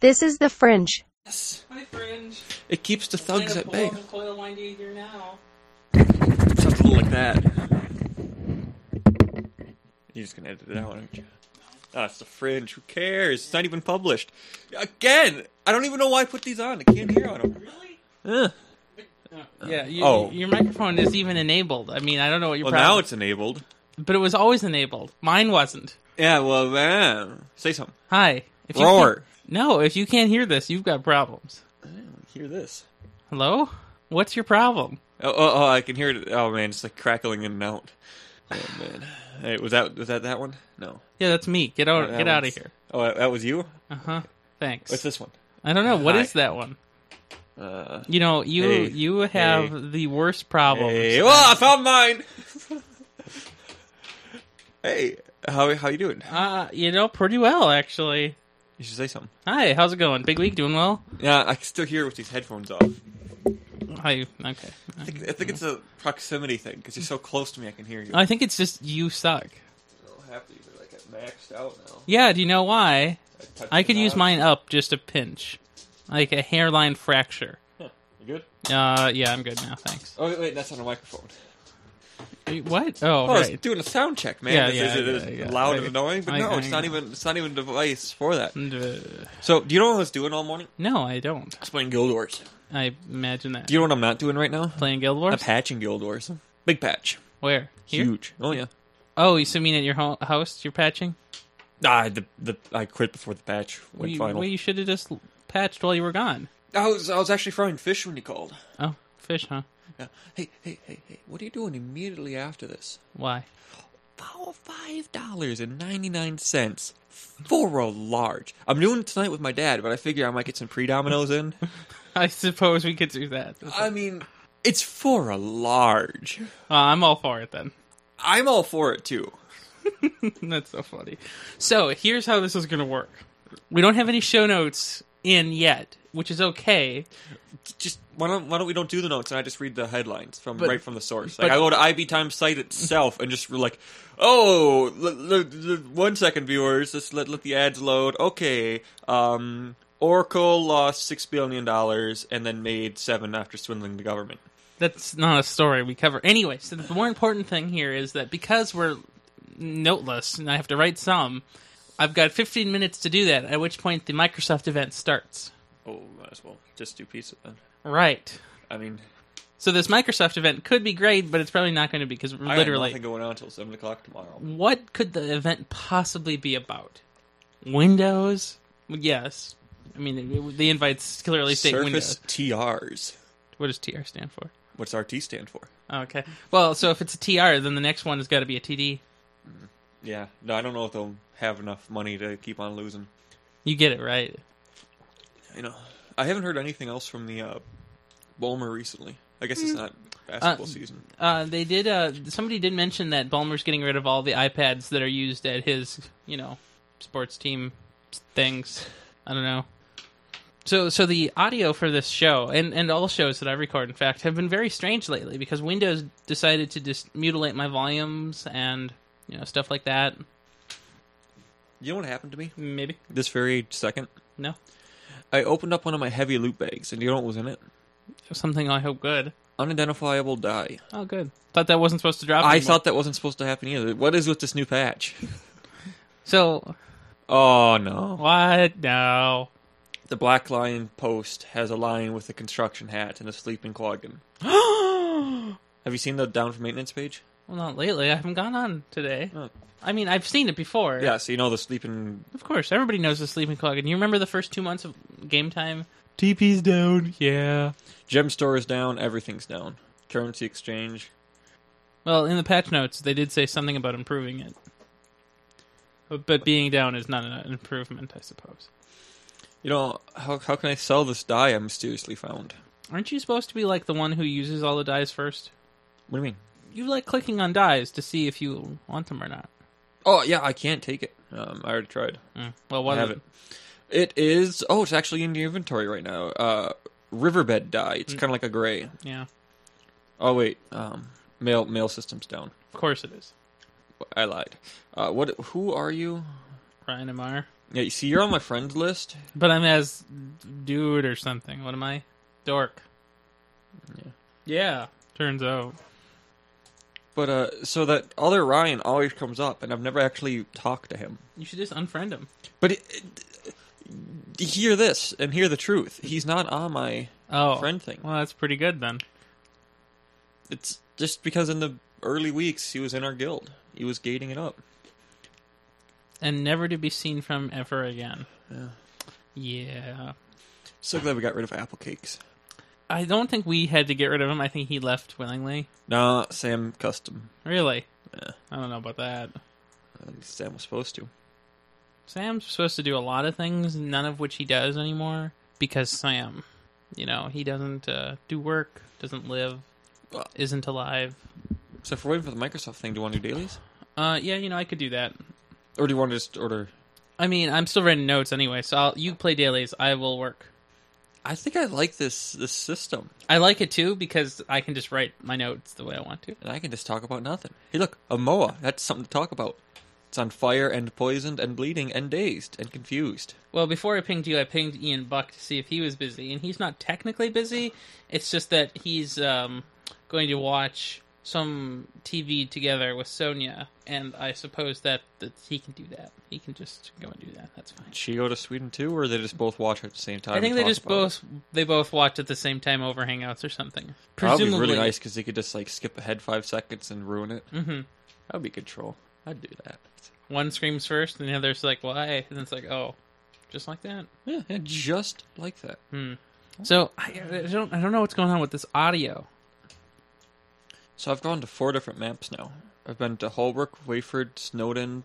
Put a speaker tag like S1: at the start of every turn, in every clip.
S1: This is the fringe.
S2: Yes.
S3: My fringe.
S2: It keeps the thugs
S3: Gonna
S2: at
S3: pull
S2: bay.
S3: up a coil winding here now.
S2: Sounds a little like that. You're just gonna edit it out, aren't you? Ah, it's the fringe. Who cares? It's not even published. Again, I don't even know why I put these on. I can't hear on Eh. them.
S3: Really?
S2: Ugh.
S3: Yeah. You,
S2: Oh.
S3: Your microphone is even enabled. I mean, I don't know what your
S2: Well,
S3: problem
S2: now it's enabled.
S3: But it was always enabled. Mine wasn't.
S2: Yeah. Well, man, say something.
S3: Hi. If you
S2: Roar.
S3: can't- No, if you can't hear this, you've got problems.
S2: Hear this.
S3: Hello? What's your problem?
S2: Oh, oh, oh, I can hear it. Oh man, it's like crackling in and out. Oh man. Hey, was that was that that one? No.
S3: Yeah, that's me. Get out.
S2: That
S3: get out of
S2: one's-
S3: here.
S2: Oh, that- that was you.
S3: Uh huh. Thanks.
S2: What's this one?
S3: I don't know. What is
S2: Hi.
S3: that one?
S2: Uh,
S3: You know, you
S2: Hey.
S3: you have
S2: Hey.
S3: the worst problems.
S2: hey, well, I found mine. hey, how how you doing?
S3: Uh, you know, pretty well actually.
S2: You should say something.
S3: Hi, how's it going? Big week, doing well?
S2: Yeah, I can still hear with these headphones off.
S3: Hi. Okay.
S2: I think, I think it's a proximity thing because you're so close to me. I can hear you.
S3: I think it's just you suck.
S2: I'm so happy that I got maxed out now.
S3: Yeah. Do you know why?
S2: touched
S3: I could
S2: the
S3: use
S2: knob.
S3: mine up just a pinch, like a hairline fracture.
S2: Huh, You good?
S3: Uh, yeah, I'm good now. Thanks.
S2: Oh wait, wait, that's on a microphone.
S3: Wait, What? Oh,
S2: Oh, I was
S3: right.
S2: doing a sound check, man.
S3: Yeah,
S2: This
S3: yeah,
S2: is- it is
S3: yeah, yeah.
S2: loud
S3: I-
S2: and annoying, but
S3: I-
S2: no,
S3: I-
S2: it's not even it's not even a device for that.
S3: And, uh,
S2: So, do you know what I was doing all morning?
S3: no, I don't.
S2: I was playing Guild Wars.
S3: I imagine that.
S2: Do you know what I'm not doing right now?
S3: playing Guild Wars?
S2: I'm patching Guild Wars. Big patch,
S3: Where? Here?
S2: huge. Oh yeah.
S3: Oh, you so mean at your ho- house you're patching?
S2: Ah, the the I quit before the patch went
S3: you,
S2: final.
S3: well, you should have just l- patched while you were gone.
S2: I was I was actually frying fish when you called.
S3: Oh, fish, huh?
S2: Yeah. Hey hey hey hey! What are you doing immediately after this?
S3: Why?
S2: About five dollars and ninety nine cents for a large. I'm doing it tonight with my dad, but I figure I might get some pre dominoes in.
S3: I suppose we could do that.
S2: I mean, it's for a large.
S3: Uh, I'm all for it then.
S2: I'm all for it too.
S3: That's so funny. So here's how this is going to work. We don't have any show notes in yet, which is okay.
S2: Just why don't why don't we don't do the notes and I just read the headlines from
S3: But-
S2: right from the source? Like
S3: but-
S2: I go to IB Times site itself and just like, oh, l- l- l- one second, viewers, just let let the ads load. Okay, um, Oracle lost six billion dollars and then made seven after swindling the government.
S3: That's not a story we cover. Anyway, so the more important thing here is that because we're noteless and I have to write some, I've got 15 minutes to do that, at which point the Microsoft event starts.
S2: Oh, might as well just do pizza then.
S3: Right.
S2: I mean,
S3: So this Microsoft event could be great, but it's probably not going to be because
S2: literally
S3: literally,
S2: nothing going on until seven o'clock tomorrow.
S3: what could the event possibly be about? Windows? Yes. I mean, it- the invites clearly state
S2: Surface
S3: Windows.
S2: TRs.
S3: What does TR stand for?
S2: What's RT stand for?
S3: Okay. Well, so if it's a TR, then the next one has got to be a TD.
S2: Yeah, no, I don't know if they'll have enough money to keep on losing.
S3: You get it right.
S2: You know, I haven't heard anything else from the uh, Bulmer recently. I guess it's not basketball season.
S3: Uh, they did. Uh, somebody did mention that Ballmer's getting rid of all the iPads that are used at his, you know, sports team things. I don't know. So, so the audio for this show and and all shows that I record, in fact, have been very strange lately because Windows decided to just mutilate my volumes and you know stuff like that.
S2: You know what happened to me
S3: Maybe
S2: this very second?
S3: no
S2: I opened up one of my heavy loot bags, and you know what was in it?
S3: something. I hope good.
S2: Unidentifiable dye.
S3: Oh, good. Thought that wasn't supposed to drop.
S2: I
S3: anymore.
S2: thought that wasn't supposed to happen either. What is with this new patch?
S3: so.
S2: Oh no!
S3: What? No.
S2: The Black Lion post has a lion with a construction hat and a sleeping quaggin. Have you seen the down for maintenance page?
S3: Well, not lately. I haven't gone on today.
S2: Oh.
S3: I mean, I've seen it before.
S2: Yeah, so you know the sleeping
S3: Of course, everybody knows the sleeping clog. And you remember the first two months of game time? TP's down. Yeah.
S2: Gem store is down, everything's down. Currency exchange.
S3: Well, in the patch notes, they did say something about improving it. But, but being down is not an improvement, I suppose.
S2: You know, how how can I sell this dye I mysteriously found?
S3: Aren't you supposed to be like the one who uses all the dies first?
S2: What do you mean?
S3: You like clicking on dies to see if you want them or not.
S2: Oh yeah, I can't take it. Um, I already tried.
S3: Mm. Well,
S2: I
S3: what
S2: have it. It is oh, it's actually in your inventory right now. Uh riverbed dye. It's kinda like a grey.
S3: Yeah,
S2: Oh wait, um mail mail system's down.
S3: of course it is.
S2: I lied. Uh what who are you?
S3: Ryan Amar.
S2: Yeah, you see, you're on my friends list.
S3: But I'm as dude or something. What am I? Dork. Yeah. Turns out.
S2: But uh, so that other Ryan always comes up, and I've never actually talked to him.
S3: You should just unfriend him.
S2: But it, it- hear this and hear the truth. He's not on my.
S3: Oh.
S2: Friend thing.
S3: Well, that's pretty good then.
S2: It's just because in the early weeks he was in our guild. He was gating it up.
S3: And never to be seen from ever again.
S2: Yeah.
S3: Yeah.
S2: So glad we got rid of apple cakes.
S3: I don't think we had to get rid of him. I think he left willingly.
S2: Nah, Sam custom.
S3: Really?
S2: Yeah.
S3: I don't know about that.
S2: I think Sam was supposed to.
S3: Sam's supposed to do a lot of things, none of which he does anymore because Sam, you know, he doesn't uh, do work, doesn't live,
S2: Well-
S3: isn't alive.
S2: So if we're waiting for the Microsoft thing, do you want to do dailies,
S3: Uh, yeah, you know, I could do that.
S2: or do you want to just order?
S3: I mean, I'm still writing notes anyway, so I'll, you play dailies. I will work.
S2: I think I like this this system,
S3: I like it too because I can just write my notes the way I want to.
S2: and I can just talk about nothing. Hey, look, a moa. That's something to talk about. It's on fire and poisoned and bleeding and dazed and confused.
S3: Well, before I pinged you, I pinged Ian Buck to see if he was busy, and he's not technically busy. It's just that he's um, going to watch some TV together with Sonia, and I suppose that, that he can do that. He can just go and do that. That's fine.
S2: She go to Sweden too, or they just both watch at the same time?
S3: I think
S2: and
S3: they
S2: talk
S3: just
S2: about it?
S3: both they both watch at the same time over Hangouts or something.
S2: That'd be really nice because they could just like skip ahead five seconds and ruin it.
S3: hmm
S2: That would be control. I'd do that.
S3: One screams first, and the other's like, "Why?" And it's like, "Oh, just like that."
S2: Yeah, yeah, just like that.
S3: So I, I don't I don't know what's going on with this audio.
S2: So I've gone to four different maps now. I've been to Holbrook, Wayford, Snowden,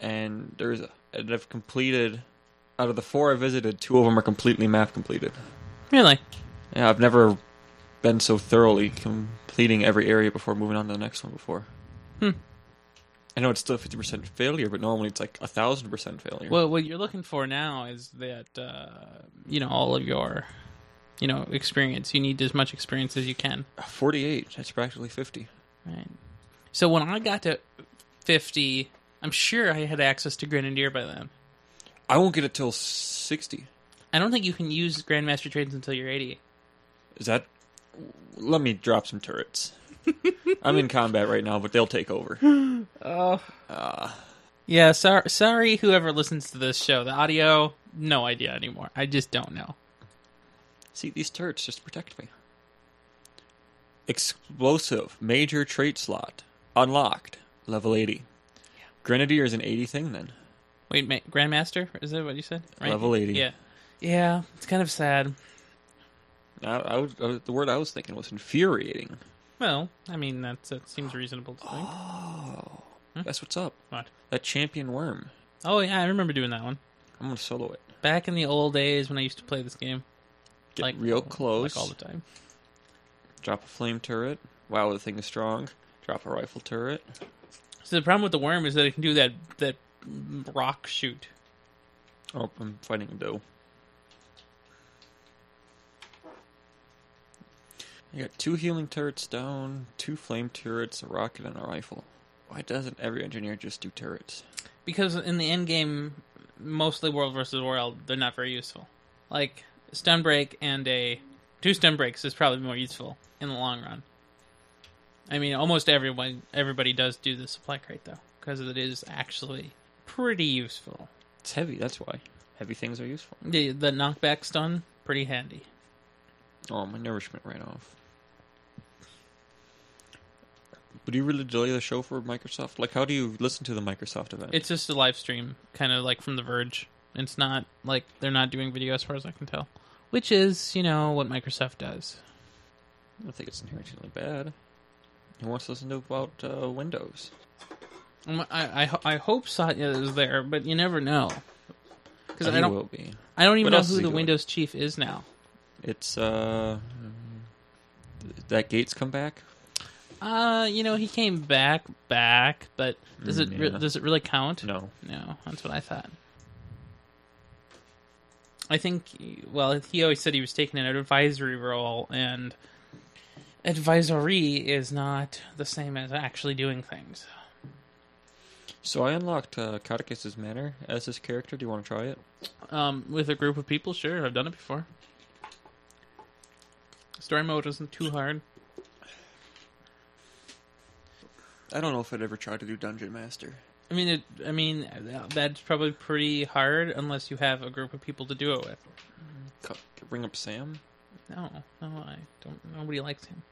S2: and there's a, and I've completed out of the four I visited, two of them are completely map completed.
S3: Really?
S2: Yeah, I've never been so thoroughly completing every area before moving on to the next one before.
S3: Hmm.
S2: I know it's still fifty percent failure, but normally it's like a thousand percent failure.
S3: Well, what you're looking for now is that uh, you know all of your you know experience. You need as much experience as you can.
S2: Forty-eight. That's practically fifty.
S3: Right. So when I got to 50, I'm sure I had access to Grenadier by then.
S2: I won't get it till sixty.
S3: I don't think you can use Grandmaster trades until you're 80.
S2: Is that? Let me drop some turrets. I'm in combat right now, but they'll take over.
S3: Oh. yeah, sor- sorry whoever listens to this show. The audio, no idea anymore. I just don't know.
S2: See, these turrets just protect me. Explosive major trait slot unlocked. Level eighty. Grenadier is an eighty thing then.
S3: Wait, ma- Grandmaster? Is that what you said?
S2: Level 80.
S3: Yeah. Yeah, it's kind of sad.
S2: I, I was, uh, the word I was thinking was infuriating.
S3: Well, I mean, that's, that seems reasonable to think.
S2: Oh, that's what's up.
S3: What?
S2: That champion worm.
S3: Oh yeah, I remember doing that one
S2: I'm gonna solo it.
S3: back in the old days when I used to play this game.
S2: Get real
S3: like
S2: close.
S3: all the time.
S2: Drop a flame turret. Wow, the thing is strong. Drop a rifle turret.
S3: So the problem with the worm is that it can do that that rock shoot.
S2: Oh, I'm fighting a doe. I got two healing turrets down, two flame turrets, a rocket, and a rifle. Why doesn't every engineer just do turrets?
S3: Because in the end game, mostly world versus world, they're not very useful. Like stun break and a two stun breaks is probably more useful in the long run. I mean, almost everyone everybody does do the supply crate though, because it is actually pretty useful.
S2: It's heavy, that's why. Heavy things are useful.
S3: The the knockback stun pretty handy.
S2: Oh, my nourishment ran off. Would you really delay the show for Microsoft? Like, how do you listen to the Microsoft event?
S3: It's just a live stream, kind of like from The Verge. It's not like they're not doing video as far as I can tell, which is you know what Microsoft does.
S2: I don't think it's inherently bad. Who wants to listen to about uh, Windows?
S3: Um, I I, ho- I hope Satya is there, but you never know because
S2: He
S3: I don't
S2: will be.
S3: I don't even
S2: What
S3: know
S2: else
S3: who
S2: is he
S3: the
S2: doing?
S3: Windows chief is now.
S2: It's uh that Gates come back.
S3: Uh, you know he came back back, but does it
S2: Mm,
S3: re-
S2: yeah.
S3: does it really count?
S2: No,
S3: No, that's what I thought. I think, well, he always said he was taking an advisory role, and advisory is not the same as actually doing things.
S2: So I unlocked uh, Cardicus's Manor as his character. Do you want to try it?
S3: Um, with a group of people, sure, I've done it before. Story mode isn't too hard.
S2: I don't know if I'd ever try to do Dungeon Master.
S3: I mean, it, I mean that's probably pretty hard unless you have a group of people to do it with.
S2: Co- Bring up Sam.
S3: No, no, I don't. Nobody likes him.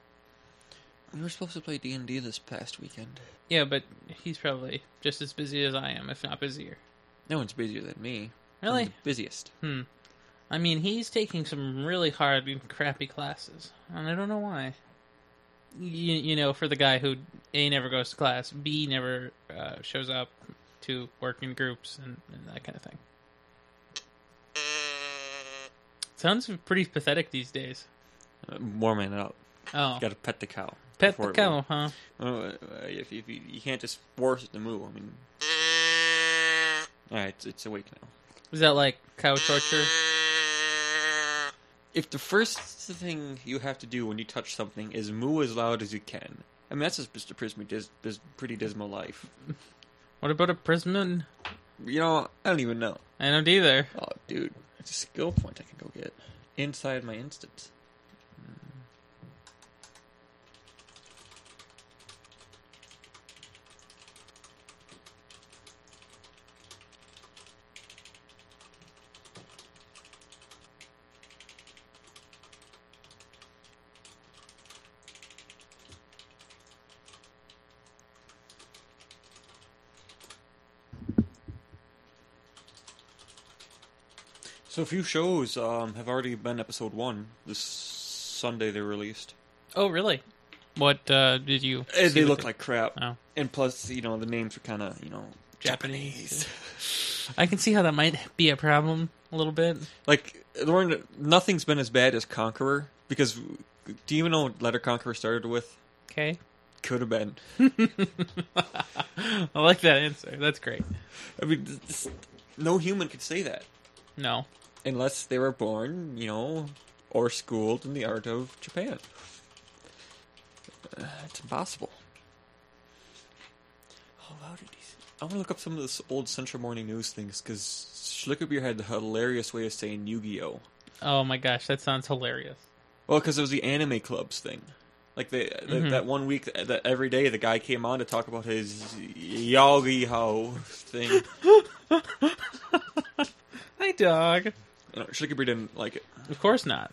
S2: We were supposed to play D and D this past weekend.
S3: Yeah, but he's probably just as busy as I am, if not busier.
S2: No one's busier than me.
S3: Really?
S2: I'm the busiest.
S3: Hmm. I mean, he's taking some really hard and crappy classes, and I don't know why. You, you know, for the guy who A never goes to class, B never uh, shows up to work in groups and, and that kind of thing. Sounds pretty pathetic these days.
S2: Uh, warming it up.
S3: Oh,
S2: Got to pet the cow.
S3: pet the
S2: before it
S3: cow, huh?
S2: Uh, if, if you, you can't just force it to move, I mean. All right, it's, it's awake now.
S3: Is that like cow torture?
S2: If the first thing you have to do when you touch something is moo as loud as you can, I mean that's just Mr. Prismy dis, dis, pretty dismal life.
S3: What about a prisman?
S2: You know, I don't even know.
S3: I don't either.
S2: Oh, dude, it's a skill point I can go get inside my instance. So a few shows um, have already been episode one. This Sunday they released.
S3: Oh, really? What uh, did you?
S2: Eh,
S3: see
S2: they
S3: with
S2: look
S3: it?
S2: like crap,
S3: Oh.
S2: and plus, you know, the names are kind of you know
S3: Japanese.
S2: Japanese.
S3: I can see how that might be a problem a little bit.
S2: like Lauren, nothing's been as bad as Conqueror because do you even know what letter Conqueror started with?
S3: Okay.
S2: Could have been.
S3: I like that answer. That's great.
S2: I mean, th- this, no human could say that
S3: No.
S2: unless they were born, you know, or schooled in the art of Japan. Uh, it's impossible. Oh, how did he? s- I want to look up some of this old Central Morning News things because Schlickerbeer had the hilarious way of saying Yu-Gi-Oh.
S3: Oh my gosh, that sounds hilarious.
S2: Well, because it was the anime clubs thing. Like they, th-
S3: Mhm.
S2: that one week, th- that every day the guy came on to talk about his Yagi-Ho thing.
S3: Hi, dog.
S2: And Schlickerbeer didn't like it.
S3: Of course not.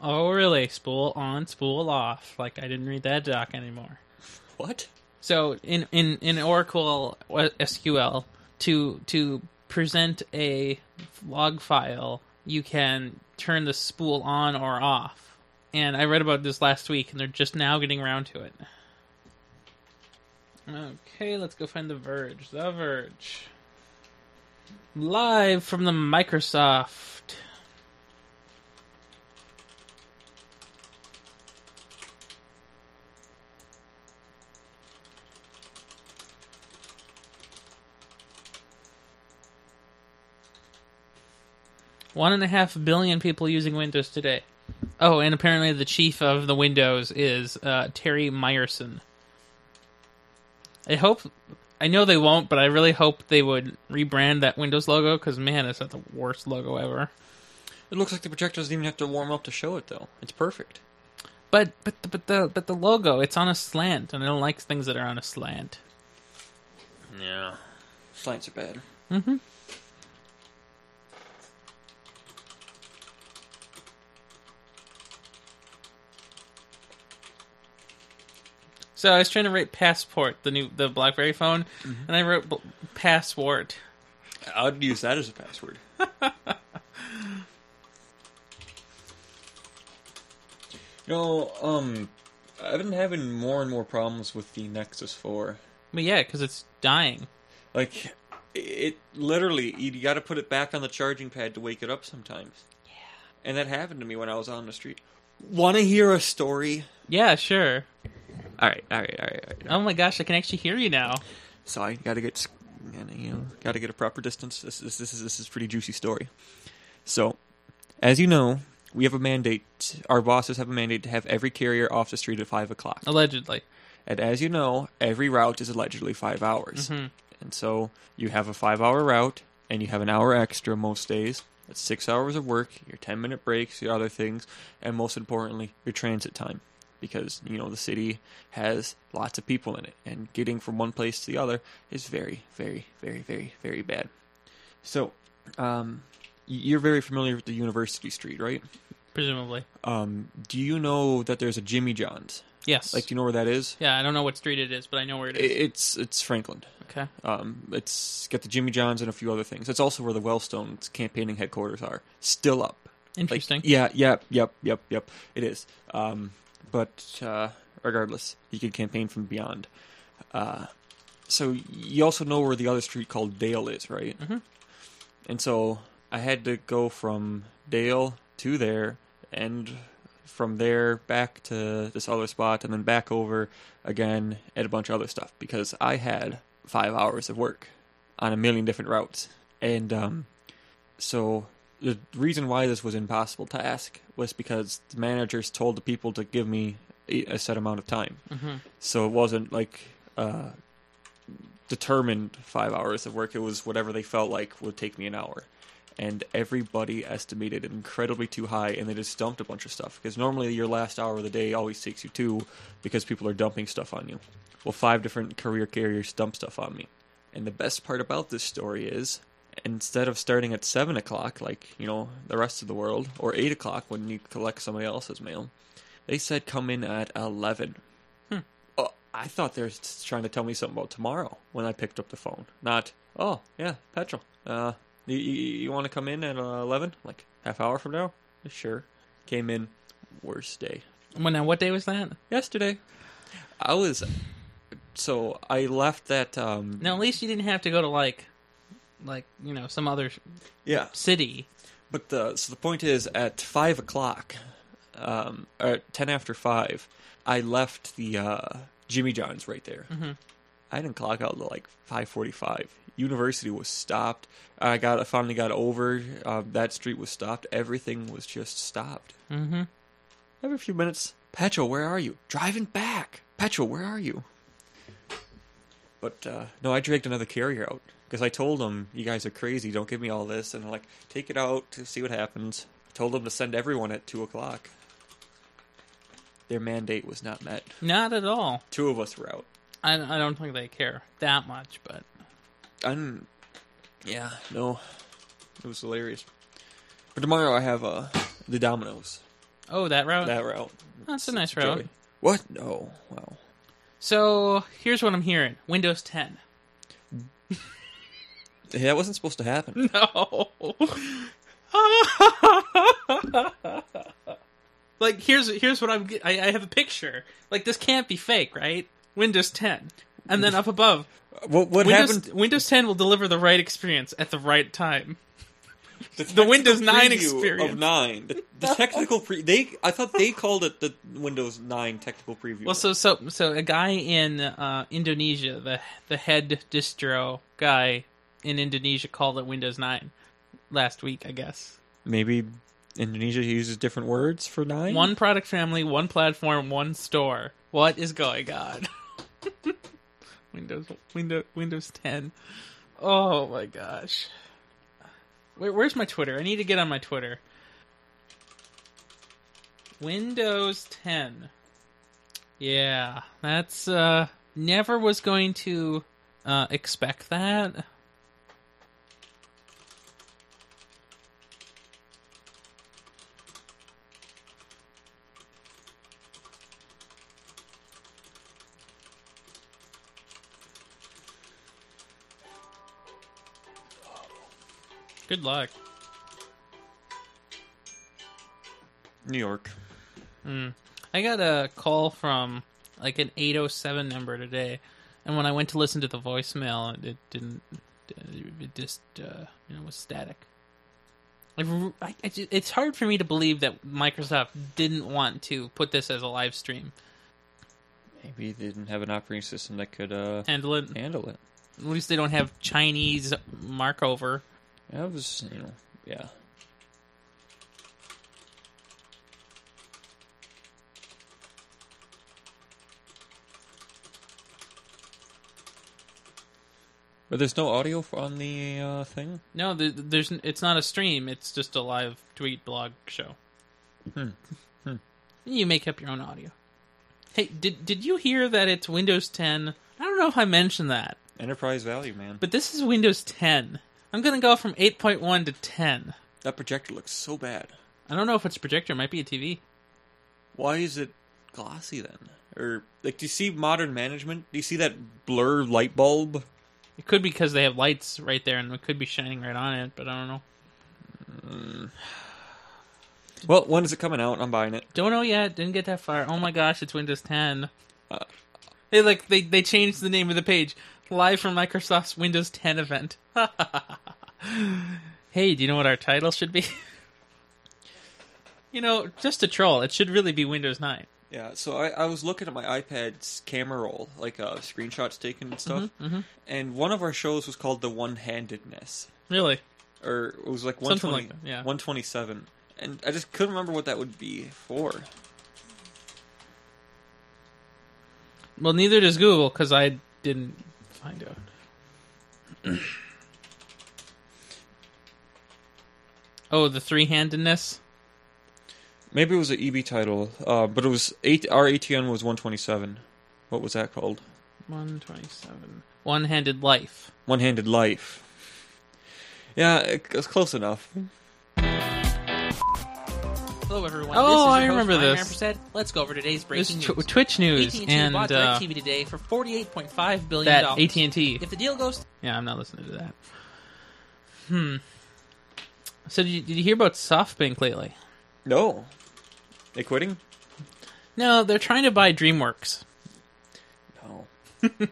S3: Oh, really? Spool on, spool off. Like I didn't read that doc anymore.
S2: What?
S3: So in in in Oracle or SQL to to present a log file, you can turn the spool on or off. And I read about this last week, and they're just now getting around to it. Okay, let's go find the Verge. The Verge, live from the Microsoft. One and a half billion people using Windows today. Oh, and apparently the chief of the Windows is uh, Terry Meyerson. I hope. I know they won't, but I really hope they would rebrand that Windows logo because, man, is that the worst logo ever.
S2: It looks like the projector doesn't even have to warm up to show it, though. It's perfect.
S3: But but the, but the but the logo, it's on a slant, and I don't like things that are on a slant.
S2: Yeah. Slants are bad.
S3: So I was trying to write passport, the new the BlackBerry phone, and I wrote b- passport.
S2: I'd use that as a password. you know, um, I've been having more and more problems with the Nexus 4.
S3: But yeah, because it's dying.
S2: Like, it literally, you gotta put it back on the charging pad to wake it up sometimes. Yeah. And that happened to me when I was on the street. Wanna hear a story?
S3: Yeah, sure.
S2: Alright, alright, alright, alright.
S3: Oh my gosh, I can actually hear you now.
S2: So I got to get, and, you know, got to get a proper distance. This, this, this is this is pretty juicy story. So, as you know, we have a mandate. Our bosses have a mandate to have every carrier off the street at five o'clock.
S3: Allegedly.
S2: And as you know, every route is allegedly five hours. And so you have a five hour route and you have an hour extra most days. That's six hours of work, your 10 minute breaks, your other things, and most importantly, your transit time. Because, you know, the city has lots of people in it, and getting from one place to the other is very, very, very, very, very bad. So, um, y- you're very familiar with the University Street, right?
S3: presumably.
S2: Um, do you know that there's a Jimmy John's?
S3: Yes.
S2: Like, do you know where that is?
S3: yeah, I don't know what street it is, but I know where it
S2: I-
S3: is.
S2: It's it's Franklin.
S3: okay.
S2: Um, it's got the Jimmy John's and a few other things. It's also where the Wellstone's campaigning headquarters are. Still up. Like,
S3: Interesting.
S2: yeah, yep, yep, yep, yep. It is. Um, but uh, regardless, you can campaign from beyond. Uh, so you also know where the other street called Dale is, right?
S3: Mhm.
S2: And so I had to go from Dale to there, and from there back to this other spot, and then back over again at a bunch of other stuff because I had five hours of work on a million different routes, and um, so the reason why this was impossible task was because the managers told the people to give me a a set amount of time.
S3: hmm
S2: So it wasn't like uh, determined five hours of work. It was whatever they felt like would take me an hour. And everybody estimated it incredibly too high, and they just dumped a bunch of stuff. Because normally your last hour of the day always takes you two, because people are dumping stuff on you. Well, five different career carriers dumped stuff on me. And the best part about this story is, instead of starting at seven o'clock, like you know the rest of the world, or eight o'clock when you collect somebody else's mail, they said come in at eleven. Oh, I thought they were s- trying to tell me something about tomorrow when I picked up the phone. Not, oh, yeah, petrol. Uh, you, you want to come in at uh, 11? Like, half hour from now? Sure. Came in, worst day.
S3: Well, now, what day was that?
S2: Yesterday, I was. So I left that. Um,
S3: Now, at least you didn't have to go to like, like you know, some other
S2: Yeah.
S3: city.
S2: But the so the point is at five o'clock, um, or at ten after five, I left the uh, Jimmy John's right there.
S3: Mhm.
S2: I didn't clock out till like five forty-five. University was stopped. I got I finally got over. Uh, that street was stopped. Everything was just stopped.
S3: Mm-hmm.
S2: Every few minutes, Petro, where are you? Driving back, Petro, where are you? But uh, no, I dragged another carrier out because I told them, "You guys are crazy. Don't give me all this." And they're like, "Take it out to see what happens." I told them to send everyone at two o'clock. Their mandate was not met.
S3: Not at all.
S2: Two of us were out.
S3: I, I don't think they care that much, but
S2: I'm, yeah, no, it was hilarious. But tomorrow I have uh, the Dominoes
S3: oh, that route.
S2: that route.
S3: That's a nice route.
S2: Joey. What? No, wow.
S3: So here's what I'm hearing: Windows 10.
S2: Hey, that wasn't supposed to happen.
S3: No. like here's here's what I'm ge- I, I have a picture. Like this can't be fake, right? Windows 10. And then up above,
S2: What what
S3: Windows
S2: happened?
S3: Windows 10 will deliver the right experience at the right time. the Windows 9
S2: preview
S3: experience.
S2: of nine. The, the technical pre they I thought they called it the Windows nine technical preview.
S3: Well, so so so a guy in uh, Indonesia, the the head distro guy in Indonesia called it Windows 9 last week, I guess.
S2: maybe Indonesia uses different words for nine.
S3: One product family, one platform, one store. What is going on? Windows, Windows, Windows 10. Oh my gosh. Wait, where's my Twitter? I need to get on my Twitter. Windows 10. Yeah, that's uh never was going to uh expect that. Good luck.
S2: New York.
S3: Mm. I got a call from like an 807 number today, and when I went to listen to the voicemail, it didn't. It just uh, you know was static. I, I, I ju- it's hard for me to believe that Microsoft didn't want to put this as a live stream.
S2: Maybe they didn't have an operating system that could uh,
S3: Handle it.
S2: handle it.
S3: At least they don't have Chinese markover.
S2: That was you know yeah. But there's no audio f- on the uh, thing.
S3: No, th- there's n- it's not a stream. It's just a live tweet blog show.
S2: Hmm. Hmm.
S3: You make up your own audio. Hey, did did you hear that it's Windows 10? I don't know if I mentioned that,
S2: Enterprise value, man.
S3: but this is Windows 10. I'm gonna go from 8.1 to 10.
S2: that projector looks so bad.
S3: I don't know if it's a projector. It might be a TV.
S2: Why is it glossy then? Or like, do you see modern management? Do you see that blur light bulb?
S3: It could be because they have lights right there, and it could be shining right on it. But I don't know.
S2: Well, when is it coming out? I'm buying it.
S3: Don't know yet. Didn't get that far. Oh my gosh, it's Windows 10.
S2: Uh.
S3: they like they they changed the name of the page. Live from Microsoft's Windows 10 event. hey, do you know what our title should be? you know, just a troll. It should really be Windows 9.
S2: Yeah, so I, I was looking at my iPad's camera roll, like uh, screenshots taken and stuff, and one of our shows was called The One Handedness.
S3: Really?
S2: Or it was like,
S3: Something
S2: 120,
S3: like that, yeah.
S2: 127. And I just couldn't remember what that would be for.
S3: Well, neither does Google because I didn't find out. oh, the three-handedness.
S2: Maybe it was an EB title, uh, but it was eight. Our ATN was 127. What was that called?
S3: 127. One-handed life.
S2: One Handed Life. Yeah, it, it was close enough.
S1: Hello, everyone.
S3: Oh,
S1: this is
S3: I
S1: your
S3: remember
S1: host, Ryan
S3: this.
S1: Rampersad. Let's go over today's
S3: There's
S1: breaking
S3: tw-
S1: news.
S3: Twitch news
S1: AT&T
S3: and
S1: bought
S3: uh,
S1: DirecTV today for forty-eight point five billion
S3: that
S1: dollars.
S3: AT and T.
S1: If the deal goes,
S3: Yeah, I'm not listening to that. Hmm. So did you, did you hear about SoftBank lately?
S2: No. They quitting?
S3: No, they're trying to buy DreamWorks.
S2: No.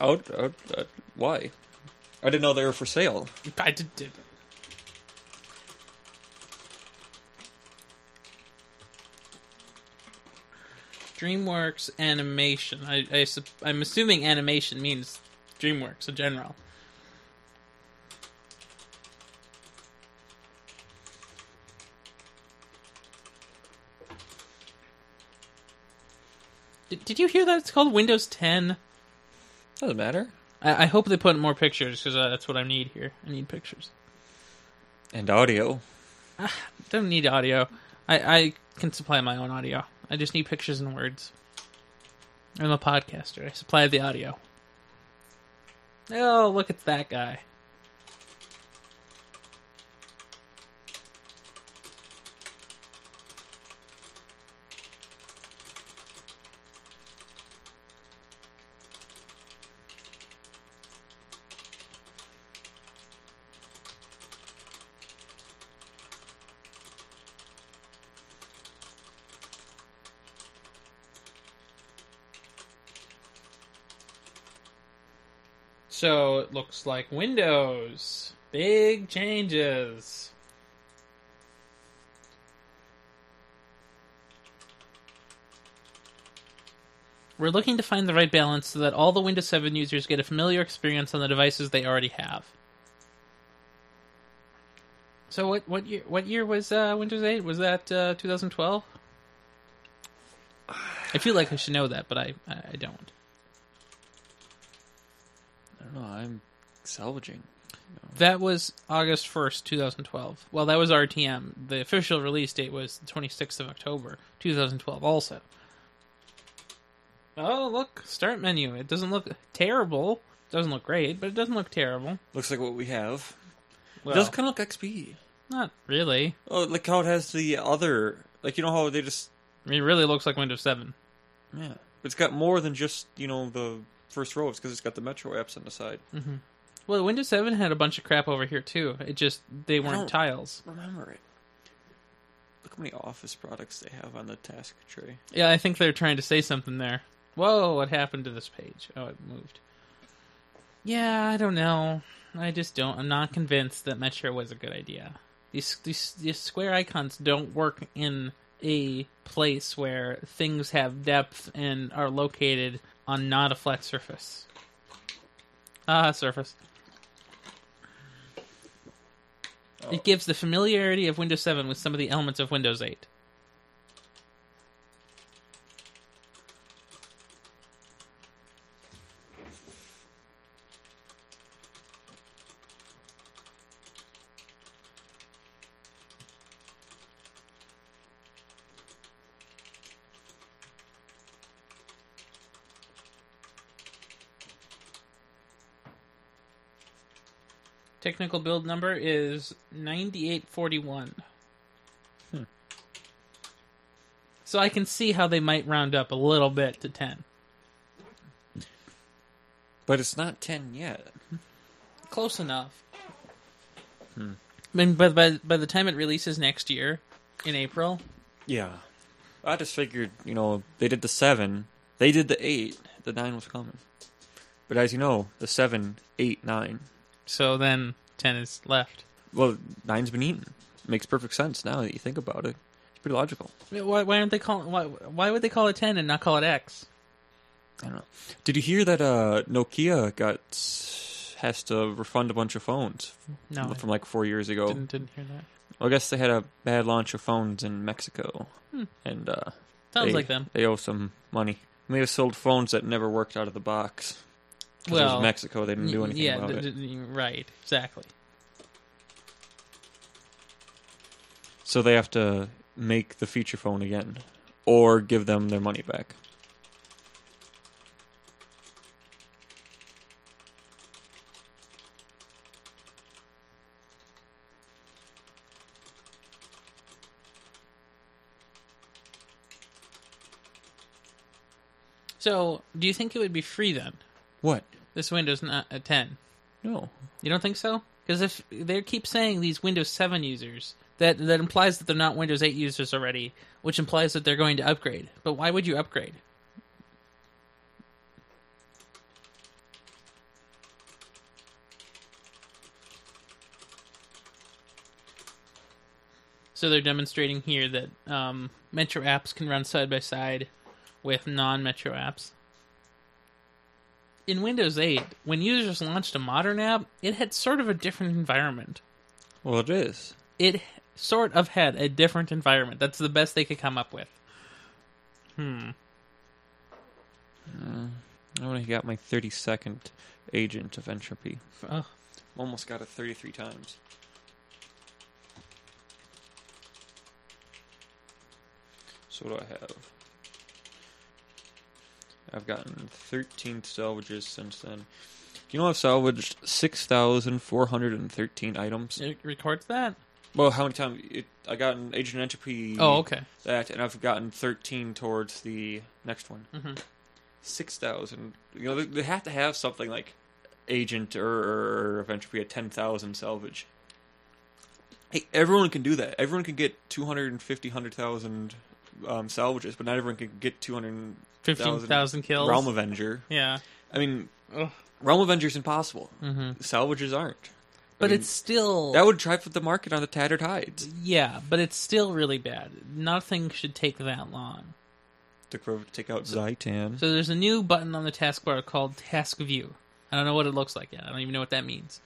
S2: out, out, out, why? I didn't know they were for sale.
S3: I did, did. DreamWorks Animation. I, I sup- I'm assuming animation means DreamWorks in general. Did, did you hear that it's called Windows 10?
S2: Doesn't matter.
S3: I, I hope they put more pictures because uh, that's what I need here. I need pictures.
S2: And audio.
S3: Don't need audio. I, I can supply my own audio. I just need pictures and words. I'm a podcaster. I supply the audio. Oh, look at that guy. So it looks like Windows. Big changes. We're looking to find the right balance so that all the Windows 7 users get a familiar experience on the devices they already have. So what what year what year was uh, Windows 8? Was that uh, 2012? I feel like I should know that, but I I I don't.
S2: I don't know. I'm salvaging.
S3: That was August 1st, 2012. Well, that was RTM. The official release date was the 26th of October, 2012, also. Oh, look, start menu. It doesn't look terrible. Doesn't look great, but it doesn't look terrible.
S2: Looks like what we have.
S3: Well,
S2: it does kind of look XP.
S3: not really.
S2: Oh, like how it has the other. Like you know how they just
S3: It really looks like Windows 7.
S2: yeah. It's got more than just you know the first row. It's because it's got the Metro apps on the side.
S3: Well, Windows 7 had a bunch of crap over here, too. It just, they weren't
S2: Oh.
S3: tiles.
S2: Remember it. Look how many Office products they have on the task tray.
S3: Yeah, I think they're trying to say something there. Whoa, what happened to this page? Oh, it moved. Yeah, I don't know. I just don't. I'm not convinced that Metro was a good idea. These, these, these square icons don't work in a place where things have depth and are located on not a flat surface. Ah, surface.
S1: Oh.
S3: It gives the familiarity of Windows 7 with some of the elements of Windows 8.
S1: Technical build number is 9841.
S2: Hmm.
S1: So I can see how they might round up a little bit to 10.
S2: But it's not ten yet.
S1: Close enough. I mean, by, by, by the time it releases next year, in April,
S2: Yeah. I just figured, you know, they did the seven, they did the eight, the nine was coming. But as you know, the seven, eight, nine.
S1: so then 10 is left.
S2: Well, nine's been eaten. Makes perfect sense now that you think about it. It's pretty logical.
S1: I mean, Why, why aren't they calling? Why, why would they call it 10 and not call it X?
S2: I don't know. Did you hear that uh, Nokia got s- has to refund a bunch of phones
S1: No, I
S2: from like four years ago?
S1: didn't, didn't hear that.
S2: Well, I guess they had a bad launch of phones in Mexico, and uh,
S1: Hmm. Sounds
S2: they,
S1: like them.
S2: They owe some money. They may have sold phones that never worked out of the box. 'Cause it
S1: Well,
S2: was Mexico. They didn't do
S1: Y-
S2: anything
S1: yeah,
S2: about
S1: d-
S2: it.
S1: d- right, exactly.
S2: So they have to make the feature phone again, or give them their money back.
S1: So, do you think it would be free then?
S2: What?
S1: This Windows uh, not a 10.
S2: No.
S1: You don't think so? Because if they keep saying these Windows 7 users, that that implies that they're not Windows 8 users already, which implies that they're going to upgrade. But why would you upgrade? So they're demonstrating here that um, Metro apps can run side by side with non-Metro apps in Windows 8, when users launched a modern app, it had sort of a different environment.
S2: Well, it is.
S1: It sort of had a different environment. That's the best they could come up with. Hmm.
S2: I only got my 32nd agent of entropy.
S1: Oh,
S2: Almost got it 33 times. So what do I have? I've gotten 13 salvages since then. Do you know I've salvaged 6,413 items?
S1: it records that?
S2: Well, how many times? It, I got an Agent Entropy.
S1: Oh, okay.
S2: That, and I've gotten 13 towards the next one.
S1: Mhm.
S2: 6,000. You know, they, they have to have something like Agent or, or, or of Entropy at 10,000 salvage. Hey, everyone can do that. Everyone can get 250, 100,000 um, salvages, but not everyone can get 200,000
S1: 15,000 kills.
S2: Realm Avenger.
S1: yeah.
S2: I mean,
S1: Ugh.
S2: Realm Avenger's impossible.
S1: Mm-hmm.
S2: Salvages aren't.
S1: But
S2: mean,
S1: it's still.
S2: That would drive up the market on the Tattered Hides.
S1: yeah, but it's still really bad. Nothing should take that long.
S2: to cro- take out Zaitan.
S1: So there's a new button on the taskbar called Task View. I don't know what it looks like yet. I don't even know what that means.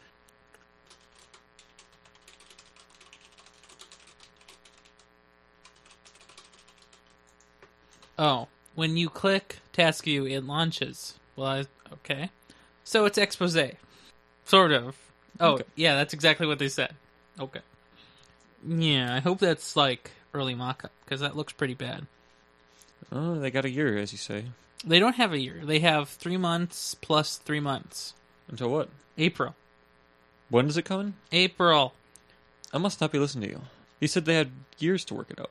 S1: Oh, when you click Task View, it launches. Well, I, okay. So it's expose, sort of. Oh,
S2: Okay.
S1: yeah, that's exactly what they said. Okay. Yeah, I hope that's like early mock-up because that looks pretty bad.
S2: oh, they got a year, as you say.
S1: They don't have a year. They have three months plus three months.
S2: Until what?
S1: April.
S2: When does it come in?
S1: April.
S2: I must not be listening to you. You said they had years to work it out.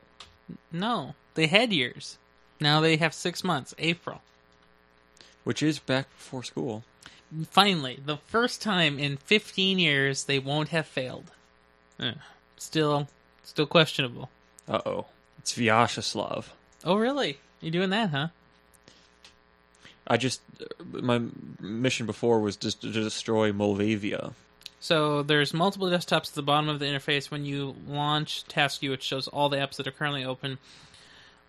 S1: No. They had years. Now they have six months. April.
S2: Which is back before school.
S1: Finally, the first time in 15 years they won't have failed. Eh, Still, still questionable.
S2: Uh oh. It's Vyacheslav.
S1: Oh, really? You're doing that, huh?
S2: I just. uh, My mission before was just to destroy Moldavia.
S1: So there's multiple desktops at the bottom of the interface. When you launch TaskView, it shows all the apps that are currently open.